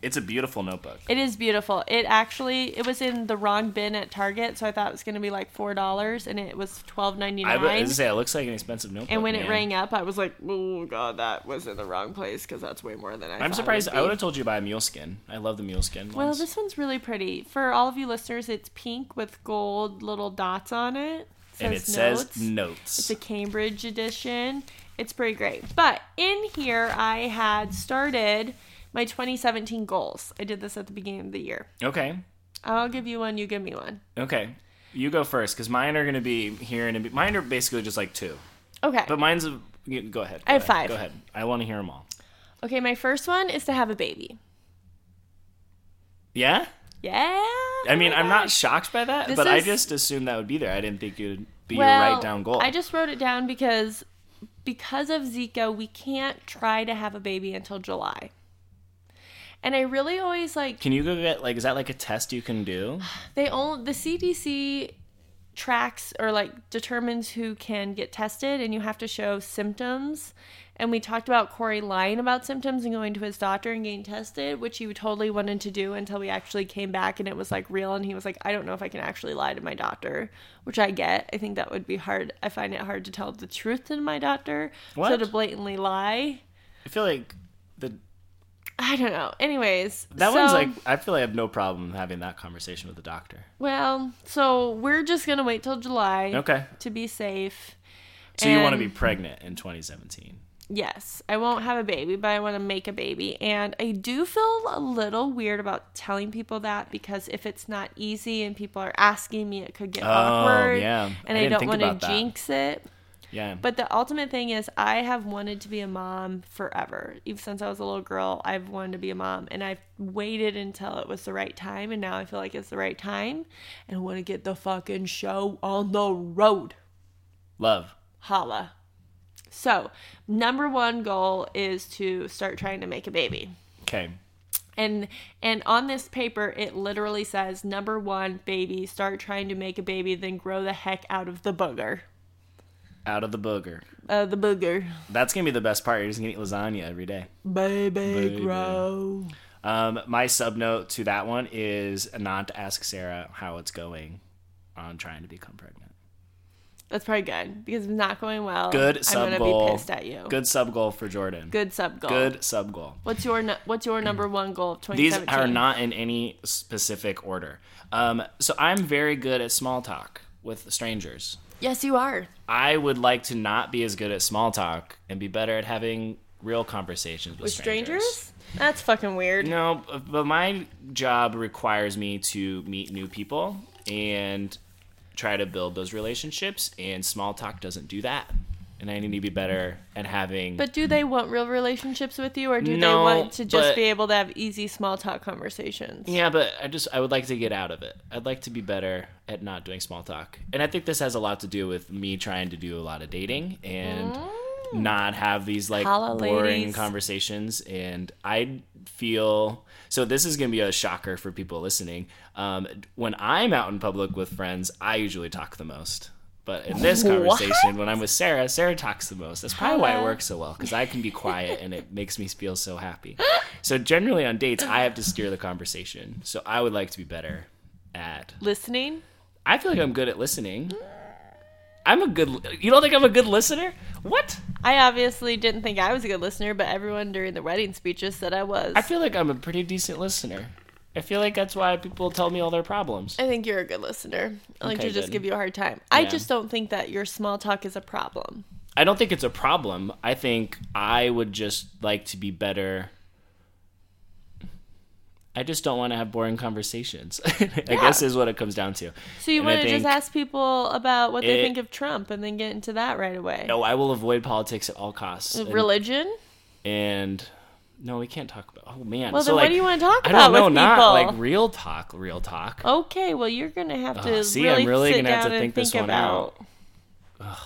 S2: It's a beautiful notebook.
S1: It is beautiful. It actually it was in the wrong bin at Target, so I thought it was going to be like four dollars, and it was twelve ninety
S2: I was gonna
S1: nine.
S2: say it looks like an expensive notebook.
S1: And when it
S2: man.
S1: rang up, I was like, "Oh God, that was in the wrong place because that's way more than I."
S2: I'm
S1: thought
S2: surprised.
S1: It
S2: I
S1: would
S2: would
S1: be.
S2: have told you to buy a mule skin. I love the mule skin.
S1: Well,
S2: ones.
S1: this one's really pretty. For all of you listeners, it's pink with gold little dots on it. Says
S2: and it
S1: notes.
S2: says notes.
S1: It's a Cambridge edition. It's pretty great. But in here, I had started my 2017 goals. I did this at the beginning of the year.
S2: okay,
S1: I'll give you one. You give me one.
S2: okay. You go first because mine are gonna be here and it'd be- mine are basically just like two.
S1: Okay.
S2: But mine's a, you- go ahead. Go
S1: I have
S2: ahead,
S1: five.
S2: Go ahead. I want to hear them all.
S1: Okay, my first one is to have a baby.
S2: Yeah.
S1: Yeah.
S2: I mean, I'm not shocked by that,
S1: This
S2: but I
S1: is-
S2: just assumed that would be there. I didn't think you'd be
S1: well,
S2: your write down goal.
S1: I just wrote it down because because of Zika, we can't try to have a baby until July. And I really always like
S2: Can you go get like? Is that like a test you can do?
S1: they only the CDC tracks or like determines who can get tested and you have to show symptoms and we talked about Corey lying about symptoms and going to his doctor and getting tested which he totally wanted to do until we actually came back and it was like real and he was like I don't know if I can actually lie to my doctor which I get I think that would be hard I find it hard to tell the truth to my doctor so
S2: What?
S1: to blatantly lie
S2: I feel like the
S1: I don't know anyways
S2: that one's
S1: so-
S2: like. I feel like I have no problem having that conversation with the doctor.
S1: well so we're just gonna wait till July
S2: Okay.
S1: to be safe
S2: So you want to
S1: And-
S2: be pregnant in 2017?
S1: Yes, I won't have a baby, but I want to make a baby. And I do feel a little weird about telling people that because if it's not easy and people are asking me, it could get awkward.
S2: Oh, yeah.
S1: And
S2: I
S1: I,
S2: didn't
S1: don't
S2: think
S1: want to
S2: about that.
S1: jinx it.
S2: Yeah.
S1: But the ultimate thing is, I have wanted to be a mom forever. Even since I was a little girl, I've wanted to be a mom. And I've waited until it was the right time. And now I feel like it's the right time. And I want to get the fucking show on the road
S2: love.
S1: holla. So, number one goal is to start trying to make a baby.
S2: Okay.
S1: And and on this paper it literally says number 1 baby start trying to make a baby then grow the heck out of the booger.
S2: Out of the booger.
S1: Uh, the booger.
S2: That's gonna be the best part. You're just gonna eat lasagna every day.
S1: Baby,
S2: Baby.
S1: grow.
S2: Um, my sub note to that one is not to ask Sarah how it's going on trying to become pregnant.
S1: That's probably good because if it's not going well,
S2: Good sub
S1: I'm going
S2: goal.
S1: to be pissed at you.
S2: Good sub goal for Jordan.
S1: Good sub goal.
S2: Good sub goal.
S1: What's your nu- what's your number 1 goal of
S2: These
S1: 2017?
S2: are not in any specific order. Um, so I'm very good at small talk with strangers.
S1: Yes, you are.
S2: I would like to not be as good at small talk and be better at having real conversations with,
S1: With strangers? That's fucking weird.
S2: No, but my job requires me to meet new people and try to build those relationships, and small talk doesn't do that. And I need to be better at having.
S1: But do they want real relationships with you, or do they
S2: No,
S1: want to just
S2: but-
S1: be able to have easy small talk conversations?
S2: yeah, but I just I would like to get out of it. I'd like to be better at not doing small talk, and I think this has a lot to do with me trying to do a lot of dating and not have these like
S1: Mm. Holla,
S2: boring
S1: ladies.
S2: conversations. And I feel so. This is gonna be a shocker for people listening. Um, when I'm out in public with friends, I usually talk the most. But in this conversation, when I'm with Sarah, Sarah talks the most. That's probably why it
S1: Holla.
S2: works so well because I can be quiet and it makes me feel so happy. So generally on dates, I have to steer the conversation. So I would like to be better at.
S1: Listening?
S2: I feel like I'm good at listening. I'm a good. You don't think I'm a good listener? What?
S1: I obviously didn't think I was a good listener, but everyone during the wedding speeches said I was.
S2: I feel like I'm a pretty decent listener. I feel like that's why people tell me all their problems.
S1: I think you're a good listener. I like
S2: Okay,
S1: to just
S2: good.
S1: give you a hard time. I
S2: Yeah.
S1: just don't think that your small talk is a problem.
S2: I don't think it's a problem. I think I would just like to be better. I just don't want to have boring conversations. I guess is what it comes down to.
S1: So you
S2: And I
S1: want to just
S2: think-
S1: ask people about what they
S2: It-
S1: think of Trump and then get into that right away.
S2: No, I will avoid politics at all costs. And-
S1: Religion?
S2: and no, we can't talk about. Oh man.
S1: Well,
S2: so
S1: then
S2: like,
S1: what do you want to talk
S2: I
S1: about
S2: don't know.
S1: with
S2: Not
S1: people?
S2: like real talk. Real talk.
S1: okay, well you're gonna have to
S2: Ugh, see,
S1: really
S2: I'm really
S1: sit
S2: gonna
S1: down
S2: have to
S1: and
S2: think this one
S1: about.
S2: out.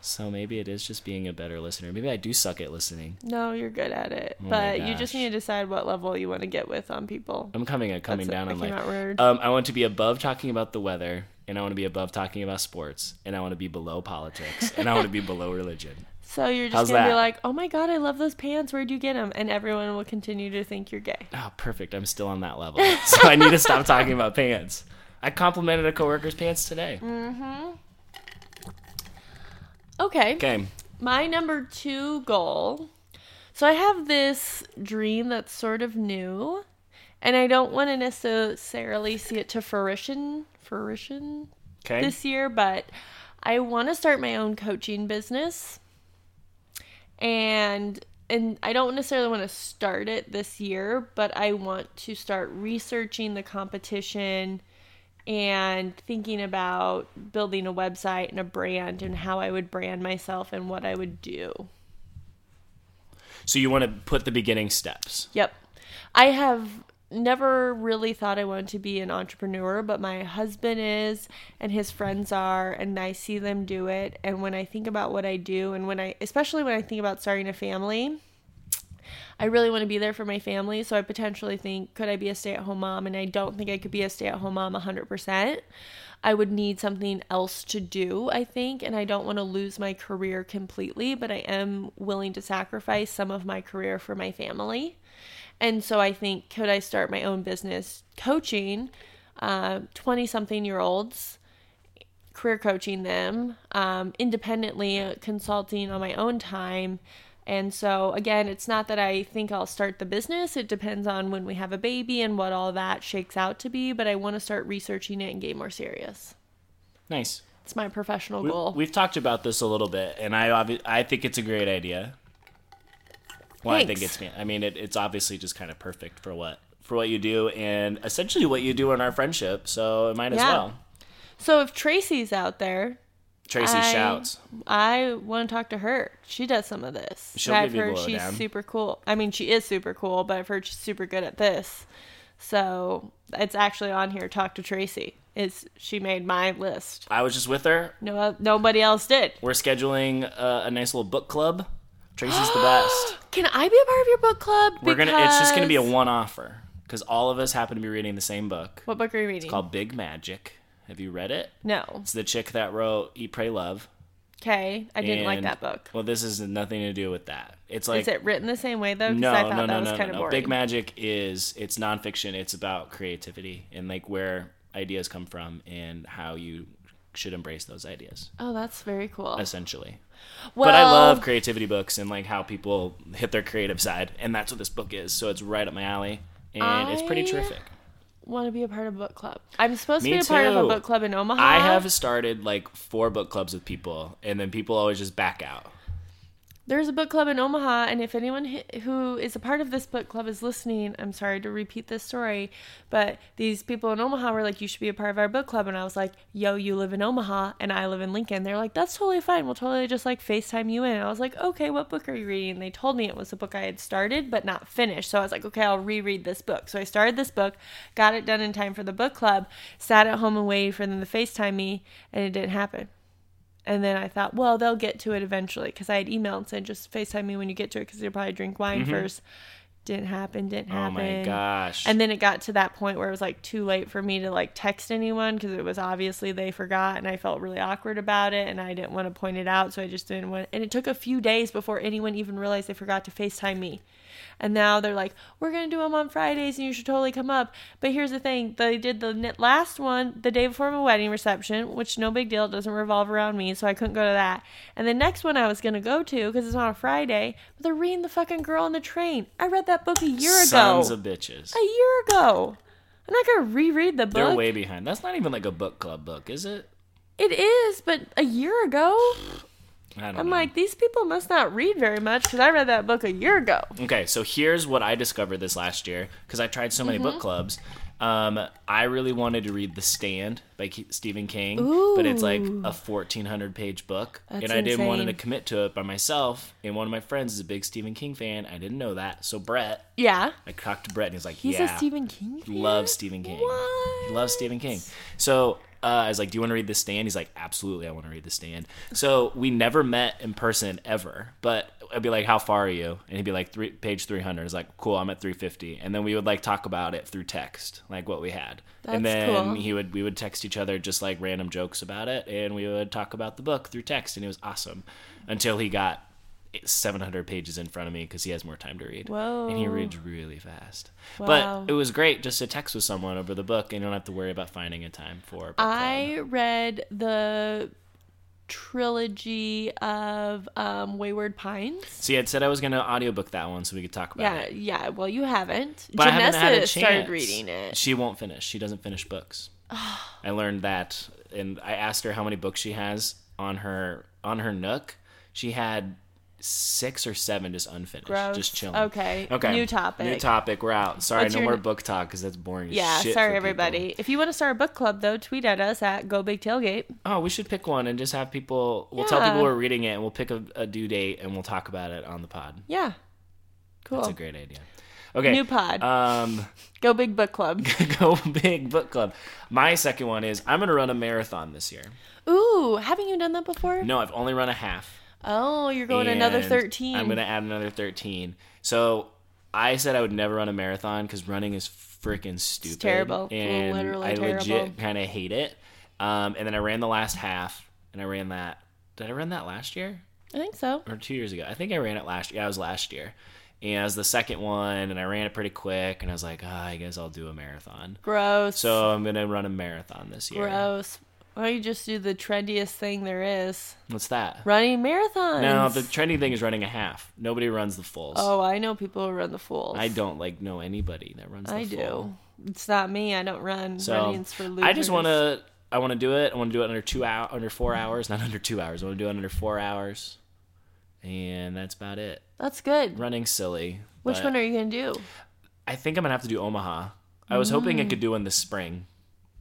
S2: So maybe it is just being a better listener. Maybe I do suck at listening.
S1: No, you're good at it.
S2: Oh my
S1: but you just
S2: gosh.
S1: need to decide what level you want to get with on people.
S2: I'm coming. I'm coming
S1: That's it.
S2: down
S1: I
S2: on
S1: came out
S2: like.
S1: rude.
S2: Um, I want to be above talking about the weather, and I want to be above talking about sports, and I want to be below politics, and I want to be below religion.
S1: So you're just
S2: How's
S1: gonna be
S2: that?
S1: like, "Oh my god, I love those pants. Where'd you get them?" And everyone will continue to think you're gay.
S2: Oh, perfect. I'm still on that level. so I need to stop talking about pants. I complimented a coworker's pants today.
S1: Mm. Okay.
S2: Okay.
S1: My number two goal. So I have this dream that's sort of new, and I don't want to necessarily see it to fruition, fruition
S2: Okay.
S1: this year, but I want to start my own coaching business. And and I don't necessarily want to start it this year, but I want to start researching the competition and thinking about building a website and a brand and how I would brand myself and what I would do.
S2: so you want to put the beginning steps.
S1: Yep. I have never really thought I wanted to be an entrepreneur, but my husband is and his friends are and I see them do it and when I think about what I do and when I especially when I think about starting a family, I really want to be there for my family, so I potentially think could I be a stay-at-home mom and I don't think I could be a stay-at-home mom 100%. I would need something else to do, I think, and I don't want to lose my career completely, but I am willing to sacrifice some of my career for my family. And so I think, could I start my own business coaching uh, 20 something year olds, career coaching them um, independently, uh, consulting on my own time? And so, again, it's not that I think I'll start the business. It depends on when we have a baby and what all that shakes out to be, but I want to start researching it and get more serious.
S2: Nice.
S1: It's my professional
S2: We-
S1: goal.
S2: We've talked about this a little bit, and I obvi- I think it's a great idea. Well, I think
S1: Thanks.
S2: it's I mean it, it's obviously just kind of perfect for what for what you do and essentially what you do in our friendship. So it might as
S1: Yeah.
S2: well.
S1: so, if Tracy's out there,
S2: Tracy
S1: I-
S2: shouts.
S1: I want to talk to her. She does some of this.
S2: She'll
S1: And I've
S2: give you a
S1: heard
S2: blow
S1: she's
S2: down.
S1: super cool. I mean, she is super cool, but I've heard she's super good at this. So it's actually on here. Talk to Tracy. Is she made my list?
S2: I was just with her.
S1: No, uh, nobody else did.
S2: We're scheduling a, a nice little book club. Tracy's the best.
S1: Can I be a part of your book club?
S2: We're gonna. It's just gonna be a
S1: Because-
S2: one offer because all of us happen to be reading the same book
S1: What book are you reading?
S2: called Big Magic. Have you read it?
S1: no.
S2: It's the chick that wrote Eat, Pray, Love.
S1: Okay, I didn't like
S2: and-
S1: that book.
S2: Well, this has nothing to do with that. It's like
S1: Is it written the same way though? 'Cause
S2: no,
S1: I thought
S2: no,
S1: that
S2: no,
S1: was
S2: no,
S1: kind of
S2: no, no.
S1: boring.
S2: Big Magic is it's nonfiction. It's about creativity and like where ideas come from and how you should embrace those ideas.
S1: oh, that's very cool.
S2: Essentially,
S1: well,
S2: but I love creativity books and like how people hit their creative side, and that's what this book is. So it's right up my alley, and it's pretty
S1: I-
S2: terrific.
S1: Want to be a part of a book club? I'm supposed to
S2: Me
S1: be a part of a
S2: too.
S1: book club in Omaha.
S2: I have started like four book clubs with people, and then people always just back out.
S1: There's a book club in Omaha, and if anyone hi- who is a part of this book club is listening, I'm sorry to repeat this story, but these people in Omaha were like, You should be a part of our book club. And I was like, Yo, you live in Omaha, and I live in Lincoln. They're like, That's totally fine. We'll totally just like FaceTime you in. And I was like, Okay, what book are you reading? And they told me it was a book I had started but not finished. So I was like, Okay, I'll reread this book. So I started this book, got it done in time for the book club, sat at home and waited for them to FaceTime me, and it didn't happen. And then I thought, well, they'll get to it eventually because I had emailed and said, just FaceTime me when you get to it because they'll probably drink wine first. Didn't happen, didn't
S2: Mm-hmm. Oh
S1: happen.
S2: my gosh!
S1: And then it got to that point where it was like too late for me to like text anyone because it was obviously they forgot and I felt really awkward about it and I didn't want to point it out. So I just didn't want, and it took a few days before anyone even realized they forgot to FaceTime me. And now they're like, we're going to do them on Fridays and you should totally come up. But here's the thing they did the n- last one the day before my wedding reception, which no big deal, it doesn't revolve around me. So I couldn't go to that. And the next one I was going to go to because it's on a Friday, but they're reading The Fucking Girl on the Train. I read that book a year ago
S2: Sons of bitches.
S1: a year ago. I'm not gonna reread the
S2: They're
S1: book.
S2: way behind. That's not even like a book club book, is it?
S1: it is, but a year ago,
S2: I don't
S1: I'm
S2: know.
S1: like these people must not read very much because I read that book a year ago.
S2: Okay, so here's what I discovered this last year because I tried so many
S1: Mm-hmm.
S2: book clubs. Um, I really wanted to read The Stand by Ke- Stephen King, but it's like a 1400 page book, and
S1: That's
S2: I didn't want to
S1: insane.
S2: commit to it by myself. And one of my friends is a big Stephen King fan. I didn't know that, so Brett,
S1: Yeah,
S2: I talked to Brett, and he's like,
S1: he's
S2: "Yeah,
S1: a Stephen King. Fan?
S2: loves Stephen King.
S1: What?
S2: He loves Stephen King. So uh, I was like, "Do you want to read The Stand?" He's like, "Absolutely, I want to read The Stand." So we never met in person ever, but I'd be like, "How far are you?" And he'd be like, three, "Page 300." He's like, "Cool, I'm at 350." And then we would like talk about it through text, like what we had. and
S1: That's
S2: then
S1: cool.
S2: he would we would text each other just like random jokes about it, and we would talk about the book through text, and it was awesome until he got 700 pages in front of me because he has more time to read.
S1: Whoa.
S2: And he reads really fast.
S1: Wow.
S2: But it was great just to text with someone over the book and you don't have to worry about finding a time for a book club.
S1: I read the trilogy of um, Wayward Pines.
S2: See, I'd said I was going to audiobook that one so we could talk about
S1: Yeah,
S2: it.
S1: yeah. Well, you haven't.
S2: But I haven't
S1: Janessa
S2: had a chance.
S1: started reading it.
S2: She won't finish. She doesn't finish books. I learned that and I asked her how many books she has on her on her Nook. She had 6 or 7 just unfinished,
S1: Gross.
S2: just chilling.
S1: Okay.
S2: Okay.
S1: New topic.
S2: New topic. We're out. Sorry,
S1: What's
S2: no
S1: your-
S2: more book talk because that's boring. as
S1: Yeah,
S2: shit for
S1: sorry
S2: people.
S1: everybody. If you want to start a book club though, tweet at us at Go Big Tailgate.
S2: Oh, we should pick one and just have people. We'll tell
S1: Yeah.
S2: people we're reading it, and we'll pick a, a due date, and we'll talk about it on the pod.
S1: Yeah, cool.
S2: That's a great idea. Okay.
S1: New pod.
S2: Um,
S1: Go Big Book Club.
S2: go big book club. My second one is I'm gonna run a marathon this year.
S1: Ooh, haven't you done that before?
S2: No, I've only run a half.
S1: Oh, you're going another
S2: and
S1: 13.
S2: I'm gonna add another thirteen. So I said I would never run a marathon because running is freaking stupid.
S1: terrible.
S2: and
S1: Literally
S2: I
S1: terrible.
S2: legit kind of hate it. Um, and then I ran the last half, and I ran that. Did I run that last year?
S1: I think so.
S2: or two years ago. I think I ran it last year. Yeah, it was last year. And I was the second one, and I ran it pretty quick. And I was like, ah, I guess I'll do a marathon.
S1: Gross.
S2: So I'm gonna run a marathon this year.
S1: Gross. Why don't you just do the trendiest thing there is?
S2: What's that?
S1: Running marathons.
S2: No, the trendy thing is running a half. Nobody runs the fulls.
S1: Oh, I know people who run the fools.
S2: I don't like know anybody that runs. The
S1: I
S2: full.
S1: do. It's not me. I don't run.
S2: So
S1: Running's for losers.
S2: I just want to. I want to do it. I want to do it under two hour, under four hours, not under two hours. I want to do it under four hours, and that's about it.
S1: That's good.
S2: Running silly.
S1: Which
S2: but-
S1: one are you gonna do?
S2: I think I'm gonna have to do Omaha. I was hoping I could do one this spring,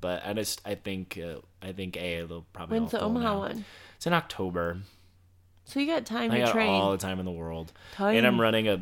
S2: but I just I think uh, I think a they'll probably.
S1: When's
S2: all
S1: the
S2: fall
S1: Omaha
S2: now.
S1: one?
S2: It's in October.
S1: So you got time
S2: I
S1: to
S2: got
S1: train.
S2: all the time in the world,
S1: Time.
S2: and I'm running a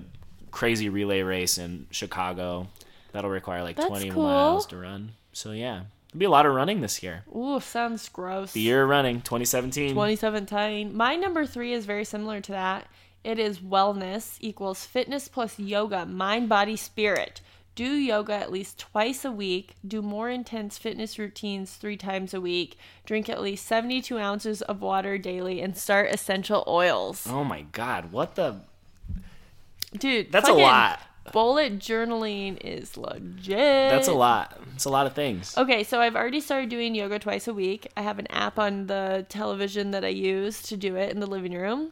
S2: crazy relay race in Chicago. That'll require like
S1: That's
S2: 20
S1: cool.
S2: miles to run. So yeah, it'll be a lot of running this year.
S1: Ooh, sounds gross.
S2: The year of running, 2017.
S1: 2017. My number three is very similar to that. It is wellness equals fitness plus yoga, mind, body, spirit. Do yoga at least twice a week. Do more intense fitness routines three times a week. Drink at least 72 ounces of water daily and start essential oils.
S2: Oh my God! What the?
S1: Dude,
S2: That's a
S1: fucking
S2: lot.
S1: Bullet journaling is legit.
S2: That's a lot. It's a lot of things.
S1: Okay, so I've already started doing yoga twice a week. I have an app on the television that I use to do it in the living room.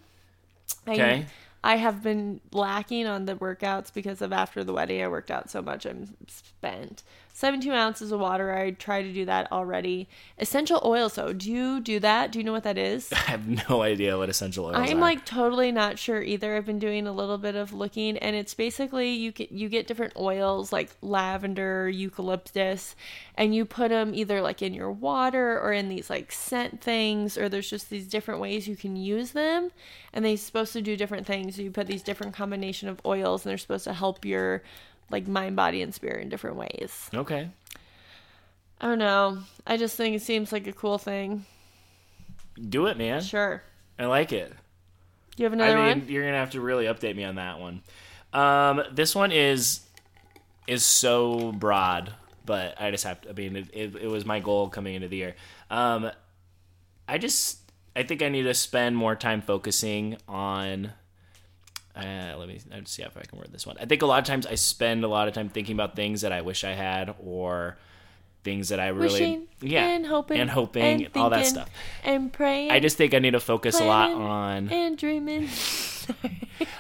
S1: I,
S2: Okay.
S1: I have been lacking on the workouts because of after the wedding. I worked out so much, I'm spent. 72 ounces of water. I tried to do that already. Essential oils, though. Do you do that? Do you know what that is?
S2: I have no idea what essential oils
S1: I'm
S2: are.
S1: like totally not sure either. I've been doing a little bit of looking, and it's basically you get you get different oils like lavender, eucalyptus, and you put them either like in your water or in these like scent things, or there's just these different ways you can use them, and they're supposed to do different things. So you put these different combination of oils, and they're supposed to help your like mind, body, and spirit in different ways.
S2: okay.
S1: I don't know. I just think it seems like a cool thing.
S2: Do it, man.
S1: Sure.
S2: I like it.
S1: Do you have another
S2: I mean,
S1: one?
S2: you're gonna have to really update me on that one. Um, this one is is so broad, but I just have to. I mean, it, it, it was my goal coming into the year. Um, I just I think I need to spend more time focusing on. Uh, let me let's see if I can word this one. I think a lot of times I spend a lot of time thinking about things that I wish I had or things that I really
S1: Wishing
S2: yeah
S1: and hoping
S2: and hoping and all that
S1: thinking
S2: stuff.
S1: and praying
S2: I just think I need to focus a lot
S1: Planning
S2: on
S1: and dreaming.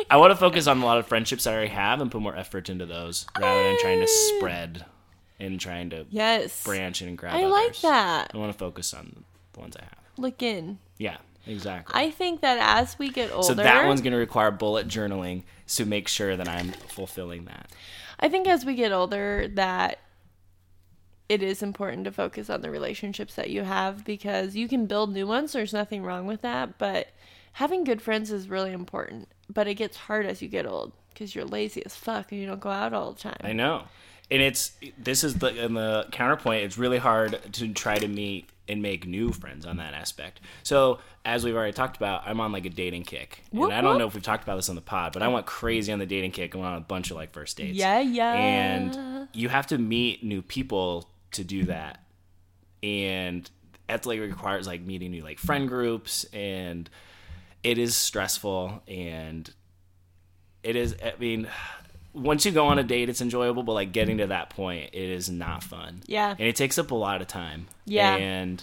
S2: I want to focus on a lot of friendships I already have and put more effort into those rather than trying to spread and trying to
S1: Mm. yes,
S2: branch and grab.
S1: I like
S2: others.
S1: that.
S2: I want to focus on the ones I have.
S1: Look in.
S2: Yeah, exactly.
S1: I think that as we get older,
S2: so that one's going to require bullet journaling to make sure that I'm fulfilling that.
S1: I think as we get older that it is important to focus on the relationships that you have because you can build new ones. There's nothing wrong with that, but having good friends is really important. But it gets hard as you get old because you're lazy as fuck and you don't go out all the time.
S2: I know, and it's this is the in the counterpoint. It's really hard to try to meet and make new friends on that aspect. So as we've already talked about, I'm on like a dating kick, and
S1: Whoop,
S2: I don't
S1: whoop.
S2: know if we've talked about this on the pod, but I went crazy on the dating kick and went on a bunch of like first dates.
S1: Yeah, yeah. Uh.
S2: And you have to meet new people to do that, and that's like requires like meeting new like friend groups and it is stressful and it is i mean once you go on a date it's enjoyable but like getting to that point it is not fun
S1: Yeah.
S2: and it takes up a lot of time
S1: Yeah.
S2: and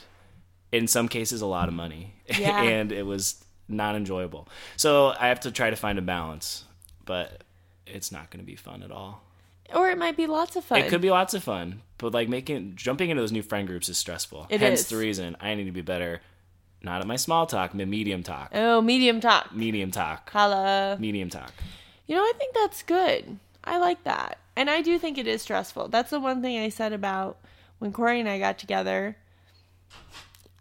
S2: in some cases a lot of money
S1: Yeah.
S2: and it was not enjoyable so i have to try to find a balance but it's not going to be fun at all
S1: Or it might be lots of fun.
S2: it could be lots of fun, but like making jumping into those new friend groups is stressful.
S1: It
S2: Hence
S1: is.
S2: the reason I need to be better, not at my small talk, but medium talk,
S1: oh, medium talk.
S2: medium talk,
S1: Hello.
S2: medium talk.
S1: You know, I think that's good. I like that. And I do think it is stressful. That's the one thing I said about when Corey and I got together.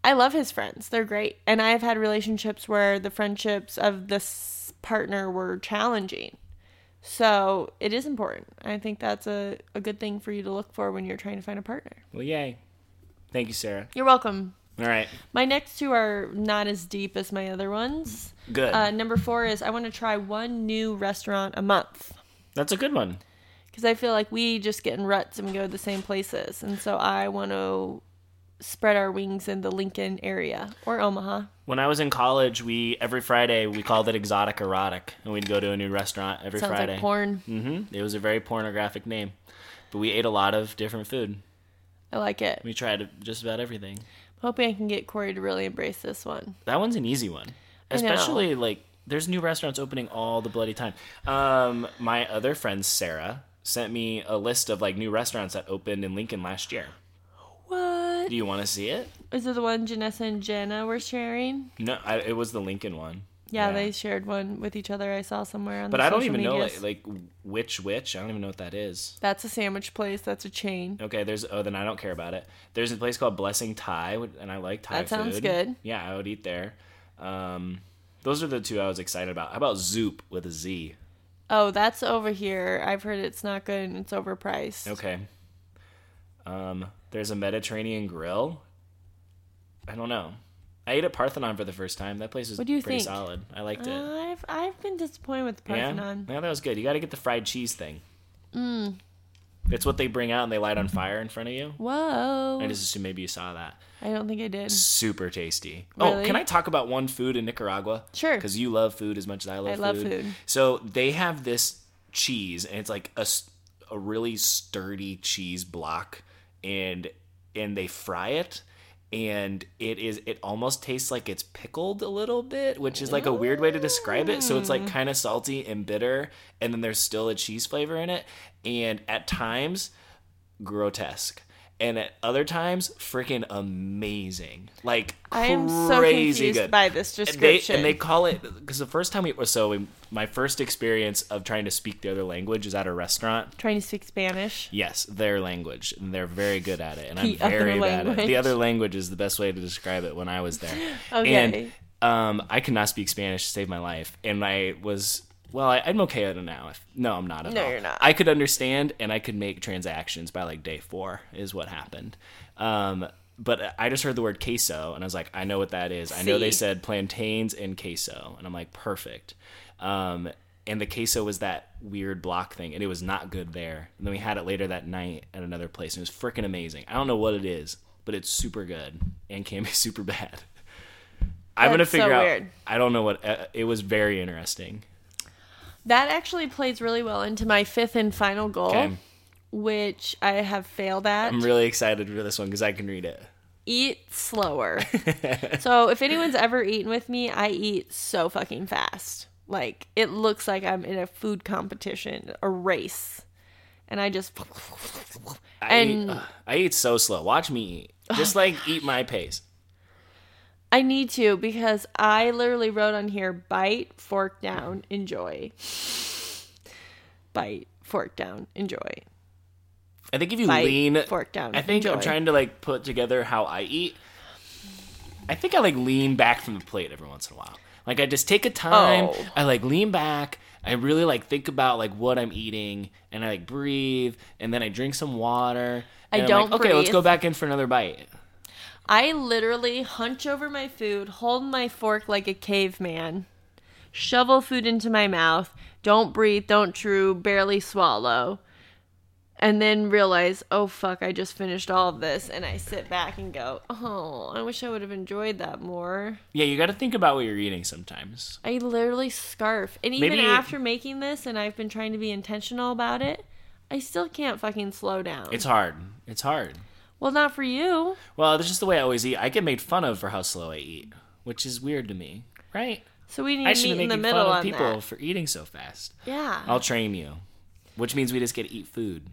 S1: I love his friends. They're great. And I've had relationships where the friendships of this partner were challenging. So it is important. I think that's a, a good thing for you to look for when you're trying to find a partner.
S2: Well, yay! Thank you, Sarah.
S1: You're welcome.
S2: All right,
S1: My next two are not as deep as my other ones.
S2: good.
S1: Uh, number four is I want to try one new restaurant a month
S2: That's a good one.
S1: because I feel like we just get in ruts and we go to the same places. And so I want to spread our wings in the Lincoln area or Omaha.
S2: When I was in college, we every Friday we called it exotic erotic, and we'd go to a new restaurant every
S1: Sounds
S2: Friday.
S1: like porn.
S2: Mm-hmm. It was a very pornographic name, but we ate a lot of different food.
S1: I like it.
S2: We tried just about everything.
S1: Hoping I can get Corey to really embrace this one.
S2: That one's an easy one,
S1: I know.
S2: especially like there's new restaurants opening all the bloody time. Um, my other friend Sarah sent me a list of like new restaurants that opened in Lincoln last year.
S1: What?
S2: Do you want to see it?
S1: Is it the one Janessa and Jenna were sharing?
S2: No, I, it was the Lincoln one.
S1: Yeah, they shared one with each other. I saw somewhere on
S2: But
S1: the
S2: I don't
S1: social
S2: even know
S1: medias.
S2: like, like which which. I don't even know what that is.
S1: That's a sandwich place. That's a chain.
S2: Okay, there's oh then I don't care about it. There's a place called Blessing Thai, which- and I like Thai
S1: That sounds
S2: food.
S1: good.
S2: Yeah, I would eat there. Um, those are the two I was excited about. How about Zoop with a Z?
S1: Oh, that's over here. I've heard it's not good and it's overpriced.
S2: Okay. Um, there's a Mediterranean grill. I don't know. I ate at Parthenon for the first time. That place was
S1: What do you
S2: pretty
S1: think?
S2: solid. I liked it.
S1: Oh, I've I've been disappointed with
S2: yeah?
S1: Ah, Parthenon.
S2: yeah, that was good. You got to get the fried cheese thing. Mm. It's what they bring out and they light on fire in front of you.
S1: Whoa.
S2: I just assume maybe you saw that.
S1: I don't think I did.
S2: Super tasty. Oh,
S1: Really?
S2: can I talk about one food in Nicaragua?
S1: Sure.
S2: Because you love food as much as I love
S1: I
S2: food.
S1: love food.
S2: So they have this cheese, and it's like a, s- a really sturdy cheese block, and and they fry it, and it is it almost tastes like it's pickled a little bit, which is like a weird way to describe it. So it's
S1: Mm.
S2: like kind of salty and bitter, and then there's still a cheese flavor in it, and at times grotesque. And at other times, freaking amazing! Like
S1: I am so
S2: crazy
S1: confused
S2: good
S1: by this
S2: and they
S1: description.
S2: and they call it because the first time we or so we, my first experience of trying to speak the other language is at a restaurant.
S1: Trying to speak Spanish.
S2: Yes, their language, and they're very good at it, and
S1: The
S2: I'm
S1: other
S2: very bad at it.
S1: language.
S2: The other language is the best way to describe it. When I was there,
S1: Okay.
S2: and um, I could not speak Spanish to save my life, and I was. Well, I, I'm okay at it now. If, no, I'm not at
S1: No,
S2: all.
S1: you're not.
S2: I could understand, and I could make transactions by like day four is what happened. Um, but I just heard the word queso, and I was like, I know what that is. I know they
S1: See.
S2: said plantains and queso, and I'm like, perfect. Um, and the queso was that weird block thing, and it was not good there. And then we had it later that night at another place, and it was freaking amazing. I don't know what it is, but it's super good and can be super bad. I'm gonna
S1: That's so
S2: figure out.
S1: weird.
S2: I don't know what uh, it was. Very interesting.
S1: That actually plays really well into my fifth and final goal,
S2: Okay.
S1: which I have failed at.
S2: I'm really excited for this one because I can read it.
S1: eat slower. so if anyone's ever eaten with me, I eat so fucking fast. Like it looks like I'm in a food competition, a race. And I just
S2: I eat,
S1: and
S2: ugh, I eat so slow. Watch me eat. Just like eat my pace.
S1: I need to because I literally wrote on here bite, fork down, enjoy. Bite, fork down, enjoy.
S2: I think if you
S1: Bite,
S2: lean,
S1: fork down.
S2: I think I'm
S1: enjoy.
S2: trying to like put together how I eat. I think I like lean back from the plate every once in a while. Like I just take a time.
S1: Oh.
S2: I like lean back. I really like think about like what I'm eating, and I like breathe, and then I drink some water.
S1: I
S2: and I'm
S1: don't
S2: like, Okay, let's
S1: breathe.
S2: go back in for another bite.
S1: I literally hunch over my food, hold my fork like a caveman, shovel food into my mouth, don't breathe, don't chew, barely swallow, and then realize, oh fuck, I just finished all of this, and I sit back and go, oh, I wish I would have enjoyed that more.
S2: Yeah, you got to think about what you're eating sometimes.
S1: I literally scarf, and even
S2: Maybe-
S1: after making this, and I've been trying to be intentional about it, I still can't fucking slow down.
S2: It's hard. It's hard.
S1: well, not for you.
S2: Well, that's just the way I always eat. I get made fun of for how slow I eat, which is weird to me, right?
S1: So we
S2: I
S1: need to
S2: should
S1: meet
S2: be
S1: in the
S2: making
S1: middle
S2: fun of
S1: on
S2: people
S1: that.
S2: for eating so fast.
S1: Yeah,
S2: I'll train you, which means we just get to eat food.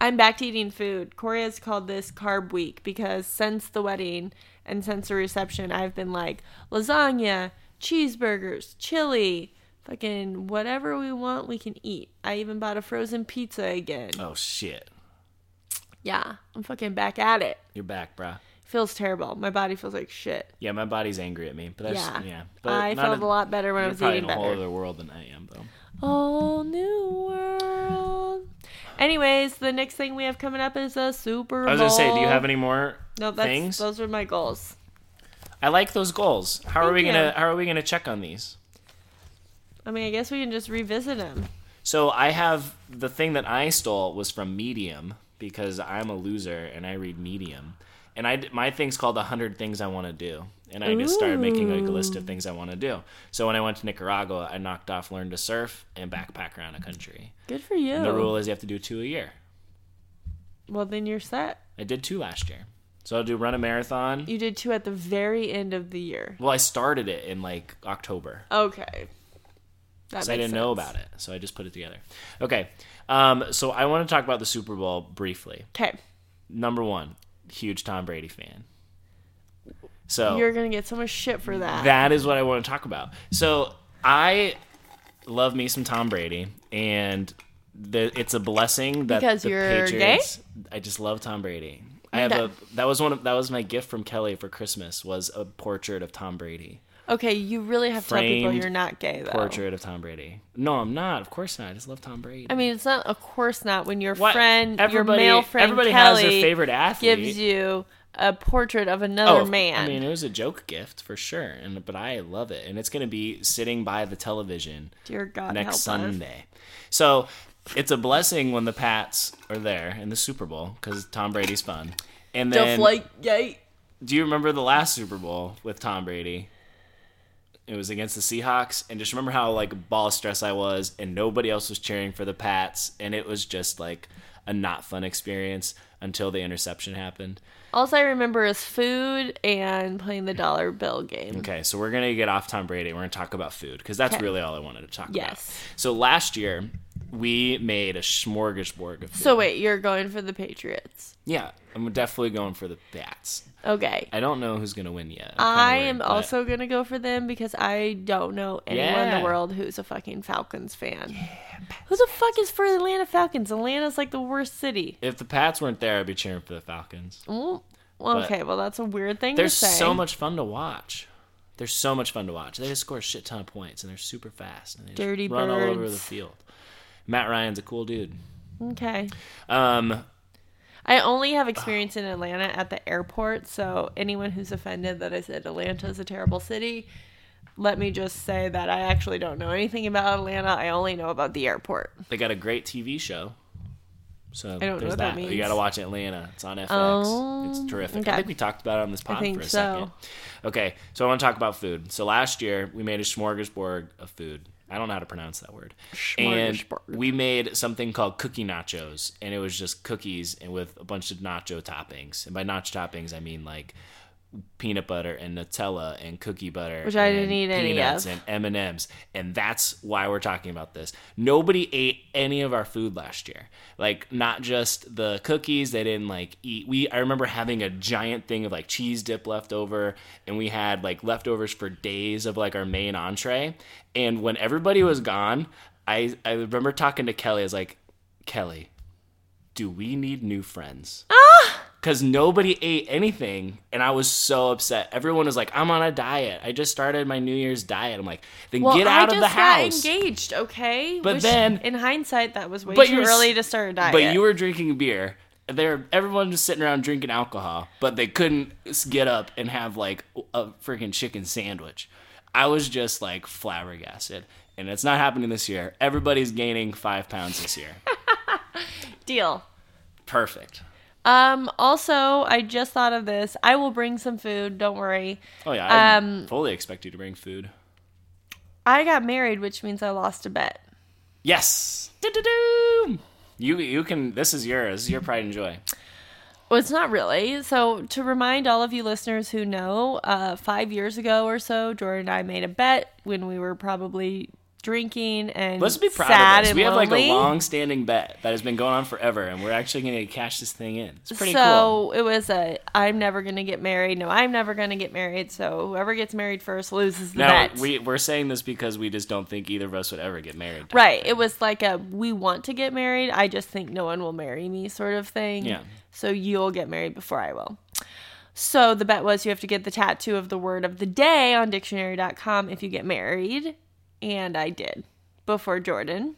S1: I'm back to eating food. Corey has called this carb week because since the wedding and since the reception, I've been like lasagna, cheeseburgers, chili, fucking whatever we want, we can eat. I even bought a frozen pizza again.
S2: Oh shit,
S1: Yeah, I'm fucking back at it.
S2: you're back, bruh.
S1: Feels terrible. My body feels like shit.
S2: Yeah, my body's angry at me, but that's
S1: Yeah.
S2: yeah. But
S1: I
S2: not
S1: felt a,
S2: a-
S1: lot better when I
S2: You're
S1: was
S2: probably
S1: eating
S2: in a whole
S1: better.
S2: other world than I am, though.
S1: Whole new world. Anyways, the next thing we have coming up is a Super Bowl.
S2: I was gonna say, do you have any more
S1: no, that's,
S2: things?
S1: Those were my goals.
S2: I like those goals. How are
S1: Thank
S2: we gonna
S1: you.
S2: How are we gonna check on these?
S1: I mean, I guess we can just revisit them.
S2: So I have the thing that I stole was from Medium because I'm a loser and I read Medium, and I d- my thing's called the hundred things I want to do, and I just started making like a list of things I want to do. So when I went to Nicaragua, I knocked off learn to surf and backpack around the country.
S1: Good for you.
S2: The rule is you have to do two a year.
S1: Well, then you're set.
S2: I did two last year, so I'll do run a marathon.
S1: You did two at the very end of the year.
S2: Well, I started it in like October.
S1: Okay. That
S2: So I
S1: makes
S2: didn't know
S1: sense.
S2: about it, so I just put it together. Okay, um, so I want to talk about the Super Bowl briefly.
S1: Okay.
S2: Number one, huge Tom Brady fan. So
S1: You're going to get so much shit for that.
S2: Oh. that is what I want to talk about. So I love me some Tom Brady, and the, it's a blessing that
S1: Because
S2: the
S1: you're gay?
S2: Patriots. I just love Tom Brady. I have
S1: Okay.
S2: a that was one of that was my gift from Kelly for Christmas was a portrait of Tom Brady.
S1: Okay, you really have to tell people
S2: Framed
S1: you're not gay, though.
S2: Portrait of Tom Brady. No, I'm not. Of course not. I just love Tom Brady.
S1: I mean, it's not, of course not, when your
S2: What-
S1: friend, your male friend
S2: everybody
S1: Kelly
S2: has their favorite athlete.
S1: gives you a portrait of another
S2: of-
S1: man.
S2: E. Oh, I mean, it was a joke gift for sure, and but I love it, and it's going to be sitting by the television
S1: Dear God, help
S2: next
S1: us.
S2: Sunday. So it's a blessing when the Pats are there in the Super Bowl because Tom Brady's fun. And then,
S1: Just like, yay.
S2: do you remember the last Super Bowl with Tom Brady? It was against the Seahawks, and just remember how like ball stress I was, and nobody else was cheering for the Pats, and it was just like a not fun experience until the interception happened.
S1: All I remember is food and playing the dollar bill game.
S2: Okay, so we're gonna get off Tom Brady. We're gonna talk about food because that's really all I wanted to talk
S1: Yes.
S2: about. So last year we made a smorgasbord of food.
S1: So wait, you're going for the Patriots.
S2: yeah, I'm definitely going for the bats.
S1: Okay.
S2: I don't know who's gonna win yet. I'm kinda
S1: I
S2: worried,
S1: am
S2: but-
S1: also gonna go for them because I don't know anyone in
S2: Yeah.
S1: the world who's a fucking Falcons fan. Who the fuck is for the Atlanta Falcons? Atlanta's like the worst city.
S2: If the Pats weren't there, I'd be cheering for the Falcons.
S1: Mm,
S2: But-
S1: okay, well that's a weird thing
S2: They're
S1: to say.
S2: so much fun to watch. They're so much fun to watch. They just score a shit ton of points and they're super fast and they just
S1: Dirty
S2: run all over
S1: birds.
S2: the field. Matt Ryan's a cool dude.
S1: okay.
S2: Um,
S1: I only have experience in Atlanta at the airport, so anyone who's offended that I said Atlanta is a terrible city, let me just say that I actually don't know anything about Atlanta. I only know about the airport.
S2: They got a great TV show. So
S1: know what
S2: there's
S1: that
S2: that.
S1: means.
S2: You got to watch Atlanta. It's on FX.
S1: Oh,
S2: it's terrific.
S1: okay.
S2: I think we talked about it on this pod
S1: think
S2: for a
S1: so.
S2: second. Okay, so I want to talk about food. So last year we made a smorgasbord of food. I don't know how to pronounce that word. And
S1: Smorgasbord.
S2: we made something called cookie nachos, and it was just cookies and with a bunch of nacho toppings. And by nacho toppings, I mean like peanut butter and Nutella and cookie butter,
S1: Which I
S2: and
S1: didn't eat any
S2: peanuts
S1: of.
S2: and M and M's, and that's why we're talking about this. Nobody ate any of our food last year. Like not just the cookies. They didn't like eat. We I remember having a giant thing of like cheese dip left over, and we had like leftovers for days of like our main entree. And when everybody was gone, I I remember talking to Kelly. I was like, Kelly, do we need new friends?
S1: Ah!
S2: because nobody ate anything and i was so upset everyone was like i'm on a diet i just started my new year's diet i'm like then
S1: Well,
S2: get out
S1: I
S2: of the
S1: just got
S2: house
S1: engaged, okay?
S2: But then-
S1: in hindsight, that was way
S2: But
S1: too
S2: you were s-
S1: early to start a diet.
S2: but you were drinking beer there everyone was sitting around drinking alcohol but they couldn't s- get up and have like a freaking chicken sandwich i was just like flabbergasted and it's not happening this year everybody's gaining five pounds this year
S1: Deal.
S2: Perfect.
S1: Um, also, I just thought of this. I will bring some food. Don't worry.
S2: Oh yeah, I
S1: Um,
S2: fully expect you to bring food.
S1: I got married, which means I lost a bet.
S2: Yes. Do-do-do. You you can. This is yours. Your pride and joy.
S1: Well, it's not really. So, to remind all of you listeners who know, uh, five years ago or so, Jordan and I made a bet when we were probably drinking and
S2: Let's be proud
S1: sad
S2: of this.
S1: and
S2: We have like
S1: lonely.
S2: a long-standing bet that has been going on forever, and we're actually going to cash this thing in. It's pretty cool.
S1: so it was a I'm never gonna get married. No, I'm never gonna get married. So whoever gets married first loses the
S2: Now
S1: bet.
S2: we we're saying this because we just don't think either of us would ever get married.
S1: Right. It was like a we want to get married. I just think no one will marry me sort of thing.
S2: Yeah.
S1: So you'll get married before I will. So the bet was you have to get the tattoo of the word of the day on dictionary.com if you get married. And I did before Jordan.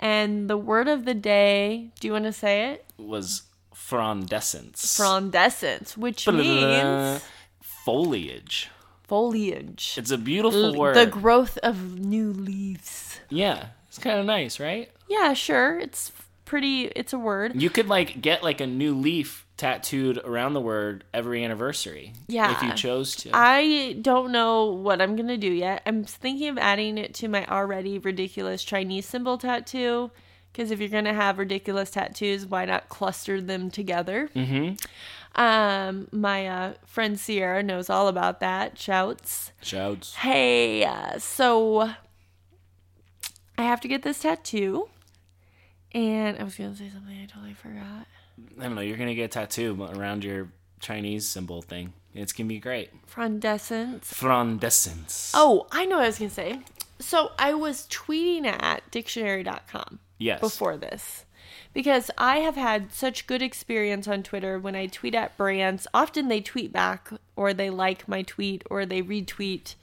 S1: And the word of the day, do you want to say it?
S2: Was frondescence.
S1: Frondescence, which means
S2: foliage.
S1: foliage.
S2: It's a beautiful
S1: L-
S2: word.
S1: The growth of new leaves.
S2: yeah, it's kind of nice, right?
S1: Yeah, sure. It's pretty, it's a word.
S2: You could like get like a new leaf tattooed around the word every anniversary.
S1: Yeah.
S2: If you chose to.
S1: I don't know what I'm gonna do yet. I'm thinking of adding it to my already ridiculous Chinese symbol tattoo. Because if you're gonna have ridiculous tattoos, why not cluster them together? Mm-hmm. Um, my uh, friend Sierra knows all about that. Shouts,
S2: Shouts.
S1: hey! Uh, so I have to get this tattoo, and I was gonna say something I totally forgot.
S2: I don't know. You're gonna get a tattoo around your Chinese symbol thing. It's gonna be great.
S1: Frondescence.
S2: Frondescence.
S1: Oh, I know what I was going to say. So I was tweeting at dictionary.com
S2: yes.
S1: before this because I have had such good experience on Twitter when I tweet at brands. Often they tweet back or they like my tweet or they retweet.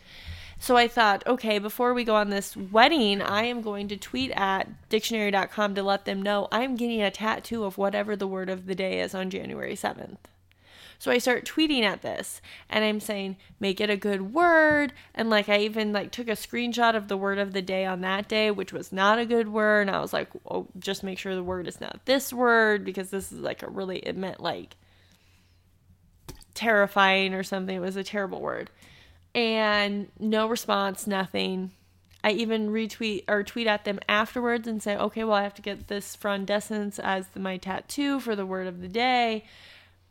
S1: So I thought, okay, before we go on this wedding, I am going to tweet at dictionary.com to let them know I'm getting a tattoo of whatever the word of the day is on January 7th. So I start tweeting at this and I'm saying, make it a good word. And like I even like took a screenshot of the word of the day on that day, which was not a good word. And I was like, oh, just make sure the word is not this word because this is like a really, it meant like terrifying or something. It was a terrible word. And no response, nothing. I even retweet or tweet at them afterwards and say, okay, well, I have to get this frondescence as my tattoo for the word of the day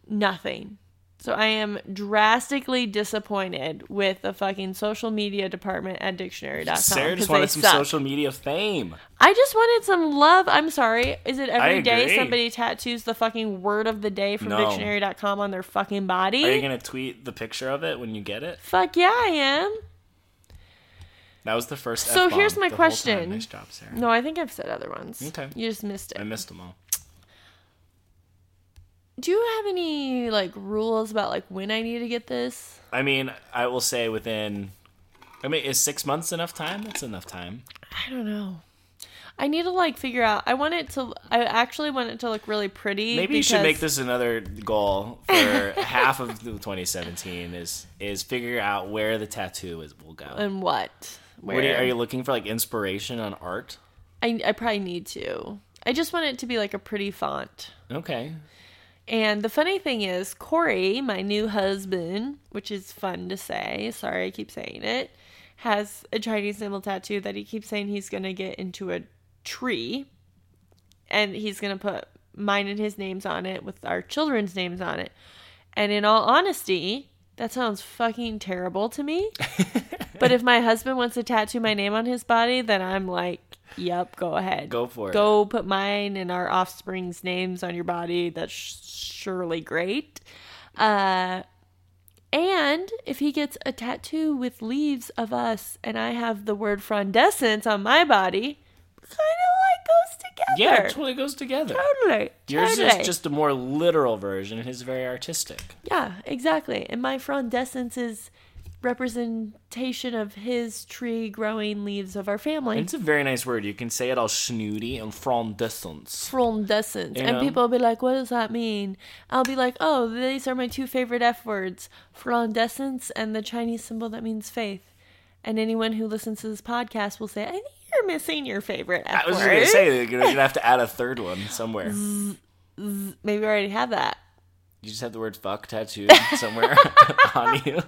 S1: nothing. So I am drastically disappointed with the fucking social media department at dictionary.com.
S2: Sarah
S1: 'cause
S2: just
S1: they
S2: wanted some
S1: suck.
S2: social media fame.
S1: I just wanted some love. I'm sorry. Is it
S2: I
S1: every day
S2: agree.
S1: somebody tattoos the fucking word of the day from
S2: No.
S1: dictionary dot dictionary.com on their fucking
S2: Are you
S1: body?
S2: gonna tweet the picture of it when you get it?
S1: Fuck yeah, I am.
S2: That was the first.
S1: So
S2: F-bomb
S1: here's my
S2: the whole time.
S1: question.
S2: Nice job, Sarah.
S1: No, I think I've said other ones.
S2: Okay.
S1: You just missed
S2: I
S1: it.
S2: missed them all.
S1: Do you have any like rules about like when I need to get this?
S2: I mean, I will say within. I mean, is six months enough time? That's enough time.
S1: I don't know. I need to like figure out. I want it to. I actually want it to look really pretty.
S2: Maybe you should
S1: because-
S2: make this another goal for half of the 2017 is is figure out where the tattoo is will go.
S1: And what? Uh, Where?
S2: What are, you, are you looking for like inspiration on art?
S1: I, I probably need to. I just want it to be like a pretty font.
S2: Okay.
S1: And the funny thing is, Corey, my new husband, which is fun to say, sorry I keep saying it, has a Chinese symbol tattoo that he keeps saying he's going to get into a tree. And he's going to put mine and his names on it with our children's names on it. And in all honesty, that sounds fucking terrible to me. but if my husband wants to tattoo my name on his body, then I'm like, yep, go ahead.
S2: Go for it.
S1: Go put mine and our offspring's names on your body. That's surely great. Uh, and if he gets a tattoo with leaves of us and I have the word frondescence on my body, kind of like goes
S2: Yeah,
S1: together.
S2: it totally goes together.
S1: totally.
S2: Yours
S1: totally.
S2: is just a more literal version, and his is very artistic.
S1: Yeah, exactly. And my frondescence is representation of his tree growing leaves of our family.
S2: It's a very nice word. You can say it all snooty and frondescence.
S1: frondescence.
S2: You
S1: And
S2: know?
S1: people will be like, what does that mean? I'll be like, oh, these are my two favorite F words frondescence and the Chinese symbol that means faith. And anyone who listens to this podcast will say, I think you're missing your favorite F
S2: I was just
S1: word. Mm.
S2: gonna say you're gonna you're gonna have to add a third one somewhere. You
S1: Maybe we already have that.
S2: just have the word "fuck" tattooed somewhere on you.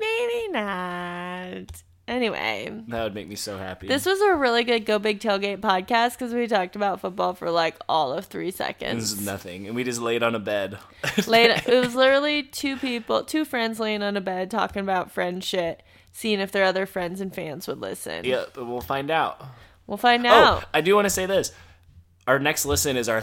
S1: Maybe not. Anyway,
S2: That would make me so happy.
S1: this was a really good Go Big Tailgate podcast because we talked about football for like all of three
S2: This
S1: seconds.
S2: is nothing, and we just laid on a bed.
S1: Laid, it was literally two people, two friends laying on a bed talking about friend shit, seeing if their other friends and fans would listen.
S2: yeah, but we'll find out.
S1: We'll find
S2: Oh,
S1: out.
S2: I do want to say this. Our next listen is our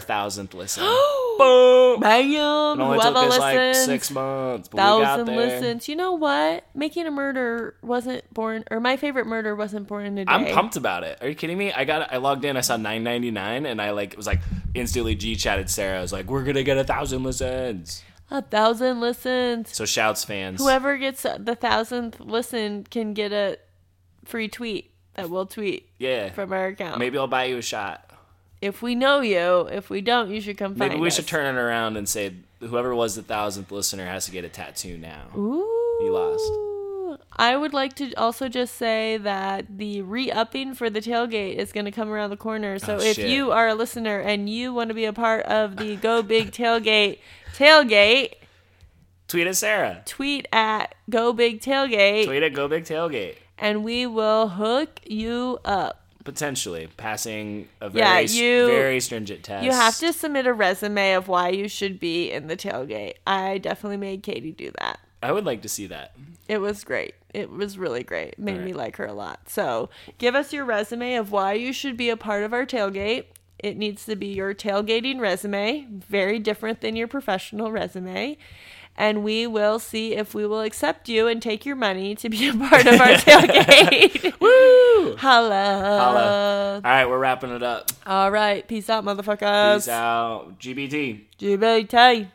S2: thousandth listen. Boom!
S1: Bam!
S2: It only took
S1: Whoever
S2: us like
S1: listens,
S2: six months, but we got
S1: thousand
S2: there.
S1: listens. You know what? Making a murder wasn't born, or my favorite murder wasn't born in a day.
S2: I'm pumped about it. Are you kidding me? I got I logged in, I saw 9.99, and I like was like instantly G chatted Sarah. I was like, "We're gonna get a thousand listens."
S1: A thousand listens.
S2: So shouts fans.
S1: Whoever gets the thousandth listen can get a free tweet that we'll tweet
S2: yeah.
S1: from our account.
S2: Maybe I'll buy you a shot.
S1: If we know you, if we don't, you should come find
S2: Maybe we
S1: us.
S2: should turn it around and say whoever was the thousandth listener has to get a tattoo now.
S1: Ooh.
S2: You lost.
S1: I would like to also just say that the re-upping for the tailgate is going to come around the corner. So
S2: Oh,
S1: if
S2: shit.
S1: you are a listener and you want to be a part of the Go Big Tailgate tailgate,
S2: Tweet at Sarah.
S1: tweet at Go Big Tailgate,
S2: Tweet at Go Big Tailgate.
S1: and we will hook you up.
S2: Potentially passing a very
S1: Yeah,
S2: s-
S1: you-
S2: very stringent test.
S1: You have to submit a resume of why you should be in the tailgate. I definitely made Katie do that.
S2: I would like to see that.
S1: It was great. It was really great. It made me like her a lot. So, give us your resume of why you should be a part of our tailgate. It needs to be your tailgating resume, very different than your professional resume. And we will see if we will accept you and take your money to be a part of our tailgate. Woo! Holla.
S2: Holla. All right, we're wrapping it up.
S1: All right. Peace out, motherfuckers.
S2: Peace out. GBT.
S1: GBT.